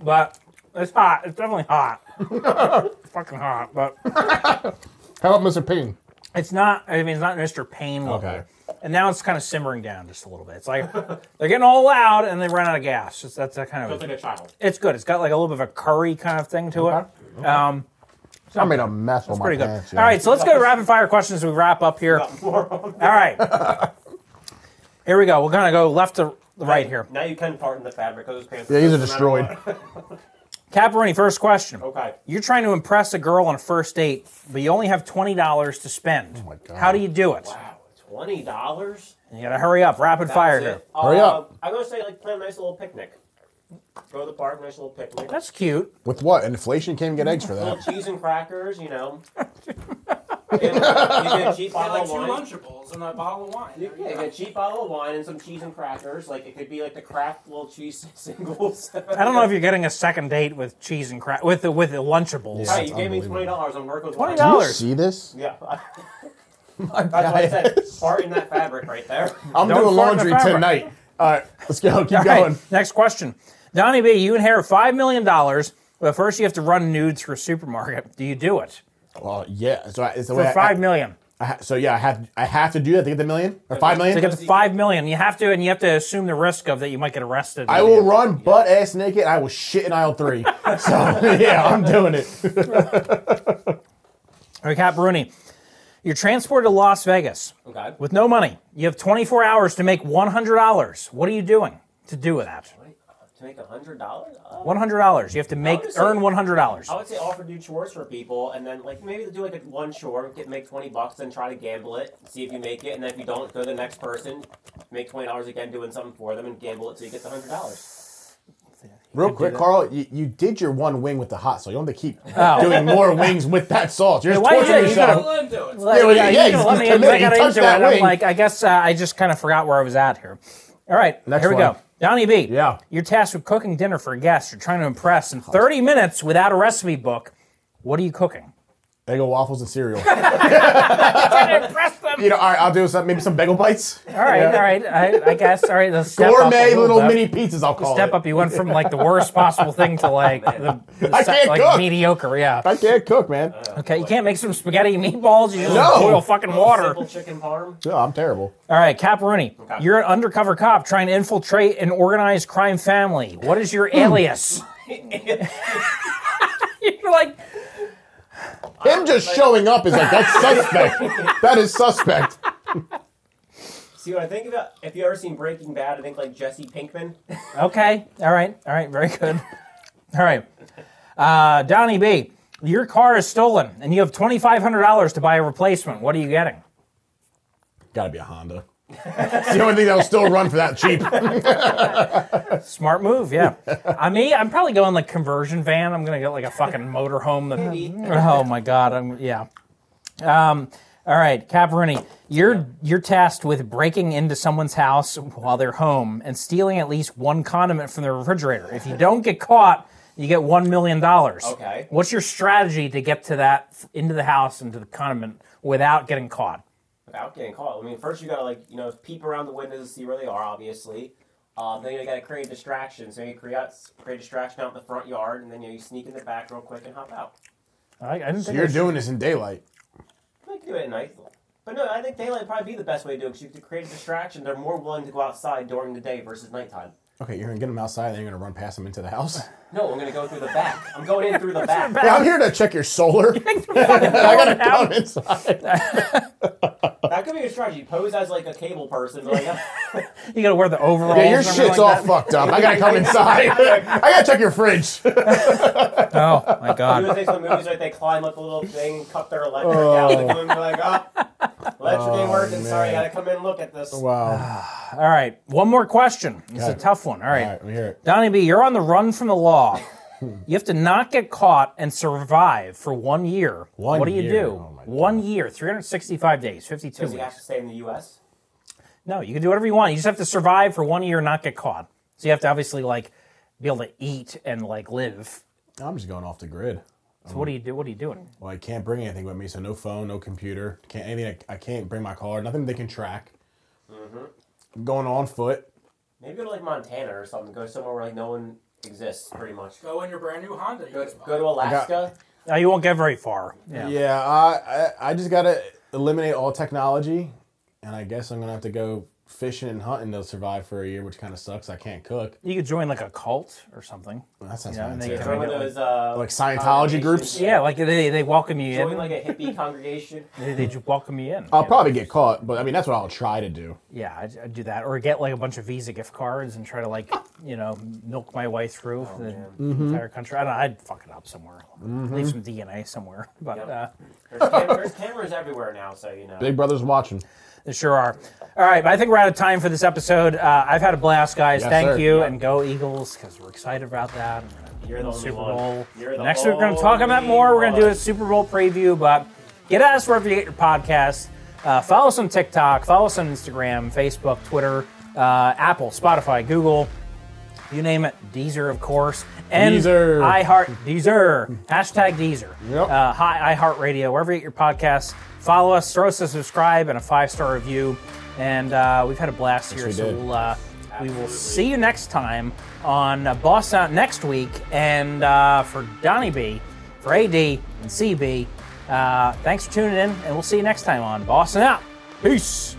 [SPEAKER 1] But it's hot. It's definitely hot. It's fucking hot. But
[SPEAKER 4] How about Mr. Payne?
[SPEAKER 1] It's not. I mean, it's not Mr. Pain level.
[SPEAKER 4] Okay.
[SPEAKER 1] And now it's kind of simmering down just a little bit. It's like they're getting all loud and they run out of gas. It's, that's that kind
[SPEAKER 2] Feels
[SPEAKER 1] of.
[SPEAKER 2] like a child.
[SPEAKER 1] It's good. It's got like a little bit of a curry kind of thing to it.
[SPEAKER 4] Okay.
[SPEAKER 1] Um,
[SPEAKER 4] I made a mess with my
[SPEAKER 1] pretty good.
[SPEAKER 4] pants.
[SPEAKER 1] All right, so let's go to rapid fire questions. As we wrap up here. All right. Here we go. We're gonna go left to the right here.
[SPEAKER 2] Now you can part in the fabric because his pants.
[SPEAKER 4] Yeah, these
[SPEAKER 2] no
[SPEAKER 4] are
[SPEAKER 2] matter
[SPEAKER 4] destroyed.
[SPEAKER 2] what.
[SPEAKER 1] Caparoni, first question.
[SPEAKER 2] okay.
[SPEAKER 1] You're trying to impress a girl on a first date, but you only have twenty dollars to spend.
[SPEAKER 4] Oh my God.
[SPEAKER 1] How do you do it?
[SPEAKER 2] Wow, twenty dollars.
[SPEAKER 1] You gotta hurry up. Rapid fire here.
[SPEAKER 4] Hurry up.
[SPEAKER 2] Uh, I'm gonna say like plan a nice little picnic. Go to the park, nice little picnic.
[SPEAKER 1] That's cute.
[SPEAKER 4] With what? Inflation can't even get eggs for that.
[SPEAKER 2] Little cheese and crackers, you know. you get a cheap
[SPEAKER 3] Yeah,
[SPEAKER 2] bottle
[SPEAKER 3] like two
[SPEAKER 2] of wine.
[SPEAKER 3] Lunchables and a bottle of wine.
[SPEAKER 2] Yeah, you get a cheap bottle of wine and some cheese and crackers. Like it could be like the craft little cheese singles.
[SPEAKER 1] I don't know if you're getting a second date with cheese and crap with the with the Lunchables.
[SPEAKER 4] Yeah.
[SPEAKER 2] Hey, you gave me twenty dollars. I'm working with wine.
[SPEAKER 4] Do you
[SPEAKER 1] $20?
[SPEAKER 4] see this?
[SPEAKER 2] Yeah, that's what I said. Part in that fabric right there.
[SPEAKER 4] I'm
[SPEAKER 1] Don't
[SPEAKER 4] doing
[SPEAKER 1] fart in the
[SPEAKER 4] laundry
[SPEAKER 1] fabric.
[SPEAKER 4] tonight. All right, let's go. Keep
[SPEAKER 1] All right,
[SPEAKER 4] going.
[SPEAKER 1] next question, Donnie B. You inherit five million dollars, but first you have to run nude through a supermarket. Do you do it
[SPEAKER 4] Well, Oh, yeah. So I, it's the
[SPEAKER 1] for
[SPEAKER 4] way I-
[SPEAKER 1] five million?
[SPEAKER 4] I ha- so yeah, I have I have to do that to get the million or five million.
[SPEAKER 1] To get to five million, you have to, and you have to assume the risk of that you might get arrested.
[SPEAKER 4] I will run butt ass naked. I will shit in aisle three. so yeah, I'm doing it.
[SPEAKER 1] Recap Rooney. You're transported to Las Vegas
[SPEAKER 2] Okay.
[SPEAKER 1] with no money. You have 24 hours to make $100. What are you doing to do with that?
[SPEAKER 2] to make a hundred dollars. Uh,
[SPEAKER 1] $100. You have to make
[SPEAKER 2] would say-
[SPEAKER 1] earn $100.
[SPEAKER 2] I would say offer do chores for people, and then like maybe do like a one chore, get make twenty bucks, and try to gamble it, see if you make it, and then if you don't, go to the next person, make twenty dollars again, doing something for them, and gamble it so you get the hundred dollars.
[SPEAKER 4] Real quick, Carl, you, you did your one wing with the hot, so you don't have to keep doing more wings with that salt. You're just
[SPEAKER 1] Oh. why
[SPEAKER 4] torturing
[SPEAKER 1] did you- you
[SPEAKER 4] yourself.
[SPEAKER 1] gotta-
[SPEAKER 2] Well,
[SPEAKER 1] Like,
[SPEAKER 4] well,
[SPEAKER 1] yeah,
[SPEAKER 4] yeah,
[SPEAKER 1] you
[SPEAKER 4] he's
[SPEAKER 1] know, let me
[SPEAKER 4] committed.
[SPEAKER 1] I got
[SPEAKER 4] He touched
[SPEAKER 1] into it.
[SPEAKER 4] that
[SPEAKER 1] I'm
[SPEAKER 4] wing.
[SPEAKER 1] like, I guess uh, I just kind of forgot where I was at here. All right,
[SPEAKER 4] Next
[SPEAKER 1] here we
[SPEAKER 4] one.
[SPEAKER 1] go. Donnie B.
[SPEAKER 4] Yeah.
[SPEAKER 1] You're tasked with cooking dinner for a guest you're trying to impress in 30 minutes without a recipe book. What are you cooking?
[SPEAKER 4] Eggo waffles and cereal.
[SPEAKER 1] Trying to impress them.
[SPEAKER 4] you know, all right, I'll do some maybe some bagel bites.
[SPEAKER 1] All right, all right. I, I guess. All right. let's step up a
[SPEAKER 4] Gourmet little,
[SPEAKER 1] bit.
[SPEAKER 4] mini pizzas, I'll call
[SPEAKER 1] Step
[SPEAKER 4] it.
[SPEAKER 1] up. You went from like the worst possible thing to like the, the
[SPEAKER 4] I
[SPEAKER 1] se-
[SPEAKER 4] can't
[SPEAKER 1] like
[SPEAKER 4] cook.
[SPEAKER 1] mediocre. Yeah.
[SPEAKER 4] I can't cook, man.
[SPEAKER 1] Okay. You can't make some spaghetti and meatballs. You just
[SPEAKER 4] No.
[SPEAKER 1] boil fucking water.
[SPEAKER 2] Simple chicken parm.
[SPEAKER 4] No, I'm terrible.
[SPEAKER 1] All right, Caparuni, you're an undercover cop trying to infiltrate an organized crime family. What is your alias? you're like,
[SPEAKER 4] Him just showing up is like that's suspect. that is suspect.
[SPEAKER 2] See what I think about? If you ever seen Breaking Bad, I think like Jesse Pinkman.
[SPEAKER 1] okay, all right, all right, very good. All right, uh, Donnie B, your car is stolen and you have twenty five hundred dollars to buy a replacement. What are you getting?
[SPEAKER 4] Gotta be a Honda. It's the only thing that'll still run for that cheap.
[SPEAKER 1] Smart move, yeah. I mean, I'm probably going like conversion van. I'm gonna get like a fucking motorhome. That, oh my god, I'm yeah. Um, all right, Caparini, you're you're tasked with breaking into someone's house while they're home and stealing at least one condiment from the refrigerator. If you don't get caught, you get one million dollars.
[SPEAKER 2] Okay.
[SPEAKER 1] What's your strategy to get to that into the house into the condiment without getting caught?
[SPEAKER 2] without getting caught. I mean, first you gotta like you know peep around the windows to see where they are, obviously. Um, then you gotta create a distraction. So you create create a distraction out in the front yard, and then you, know, you sneak in the back real quick and hop out.
[SPEAKER 1] I, I didn't think I
[SPEAKER 4] You're
[SPEAKER 1] should-
[SPEAKER 4] doing this in daylight.
[SPEAKER 2] I could do it at night. But no, I think daylight would probably be the best way to do it because you could create a distraction. They're more willing to go outside during the day versus nighttime.
[SPEAKER 4] Okay, you're gonna get them outside, and then you're gonna run past them into the house.
[SPEAKER 2] No, I'm gonna go through the back. I'm going in through the back.
[SPEAKER 4] Yeah, I'm here to check your solar. I gotta come inside.
[SPEAKER 2] That could be a strategy. Pose as like a cable person. Like,
[SPEAKER 1] you gotta wear the overalls.
[SPEAKER 4] Yeah, your
[SPEAKER 1] and everything like
[SPEAKER 4] shit's all
[SPEAKER 1] that.
[SPEAKER 4] fucked up. I gotta come inside. I gotta check your fridge.
[SPEAKER 1] Oh my
[SPEAKER 2] you know,
[SPEAKER 1] god.
[SPEAKER 2] things in the movies like they climb up a little thing, cut their electric
[SPEAKER 4] Oh.
[SPEAKER 2] out, and then they're like, ah, electric ain't working. Sorry, I gotta come in and look at this.
[SPEAKER 4] Oh, Wow.
[SPEAKER 1] All right, one more question. It's a
[SPEAKER 4] it.
[SPEAKER 1] tough one. All right.
[SPEAKER 4] All right, we hear it.
[SPEAKER 1] Donnie B, you're on the run from the law. you have to not get caught and survive for one year.
[SPEAKER 4] One
[SPEAKER 1] what do you
[SPEAKER 4] year.
[SPEAKER 1] do?
[SPEAKER 4] Oh,
[SPEAKER 1] One
[SPEAKER 4] my
[SPEAKER 1] year, 365 days, 52
[SPEAKER 2] Because you have
[SPEAKER 1] weeks.
[SPEAKER 2] to stay in the U.S.
[SPEAKER 1] No, you can do whatever you want. You just have to survive for one year, and not get caught. So you have to obviously like be able to eat and like live.
[SPEAKER 4] I'm just going off the grid.
[SPEAKER 1] So what do you do? What are you doing?
[SPEAKER 4] Well, I can't bring anything with me, so no phone, no computer, can't anything. I, I can't bring my car, nothing they can track. I'm going on foot.
[SPEAKER 2] Maybe go to like Montana or something. Go somewhere where like no one exists, pretty much.
[SPEAKER 3] Go in your brand new Honda. You
[SPEAKER 2] Go,
[SPEAKER 3] can buy.
[SPEAKER 2] go to Alaska.
[SPEAKER 1] Uh, you won't get very far. Yeah.
[SPEAKER 4] Yeah, I, I I just gotta eliminate all technology, and I guess I'm gonna have to go fishing and hunting to survive for a year, which kind of sucks. I can't cook.
[SPEAKER 1] You could join like a cult or something.
[SPEAKER 4] That sounds
[SPEAKER 1] Yeah,
[SPEAKER 4] fine,
[SPEAKER 1] they
[SPEAKER 4] too.
[SPEAKER 1] get
[SPEAKER 2] Join one of those uh,
[SPEAKER 4] Like Scientology groups?
[SPEAKER 1] Yeah, like they, they welcome you
[SPEAKER 2] Join
[SPEAKER 1] in.
[SPEAKER 2] like a hippie congregation.
[SPEAKER 1] they, they just welcome you in.
[SPEAKER 4] I'll
[SPEAKER 1] Yeah.
[SPEAKER 4] probably get caught, but I mean that's what I'll try to do.
[SPEAKER 1] Yeah, I'd, I'd do that, or get like a bunch of Visa gift cards and try to like, you know, milk my way through the entire country. I don't know. I'd fuck it up somewhere, leave some DNA somewhere. But
[SPEAKER 2] Yep.
[SPEAKER 1] uh,
[SPEAKER 2] There's, cam- there's cameras everywhere now, so you know.
[SPEAKER 4] Big Brother's watching.
[SPEAKER 1] there sure are. All right, but I think we're out of time for this episode. Uh, I've had a blast, guys.
[SPEAKER 4] Yes,
[SPEAKER 1] Thank
[SPEAKER 4] sir.
[SPEAKER 1] you,
[SPEAKER 2] Yeah.
[SPEAKER 1] and go Eagles because we're excited about that. and we're gonna
[SPEAKER 2] You're the
[SPEAKER 1] do
[SPEAKER 2] only
[SPEAKER 1] the Super
[SPEAKER 2] one.
[SPEAKER 1] Bowl.
[SPEAKER 2] You're the
[SPEAKER 1] Next week we're going to talk about
[SPEAKER 2] only
[SPEAKER 1] more. We're going to do a
[SPEAKER 2] one.
[SPEAKER 1] Super Bowl preview, but get at us wherever you get your podcast. Uh, follow us on TikTok. Follow us on Instagram, Facebook, Twitter, uh, Apple, Spotify, Google. you name it, Deezer, of course, and
[SPEAKER 4] Deezer.
[SPEAKER 1] iHeart Deezer, hashtag Deezer,
[SPEAKER 4] Yep.
[SPEAKER 1] uh, hi iHeartRadio, wherever you get your podcasts. Follow us, throw us a subscribe and a five star review, and uh, we've had a blast here.
[SPEAKER 4] we
[SPEAKER 1] so
[SPEAKER 4] did.
[SPEAKER 1] we'll uh, we will see you next time on uh, Boss Out next week, and uh, for Donnie B, for AD and CB, Uh, thanks for tuning in, and we'll see you next time on Boston Out. Peace.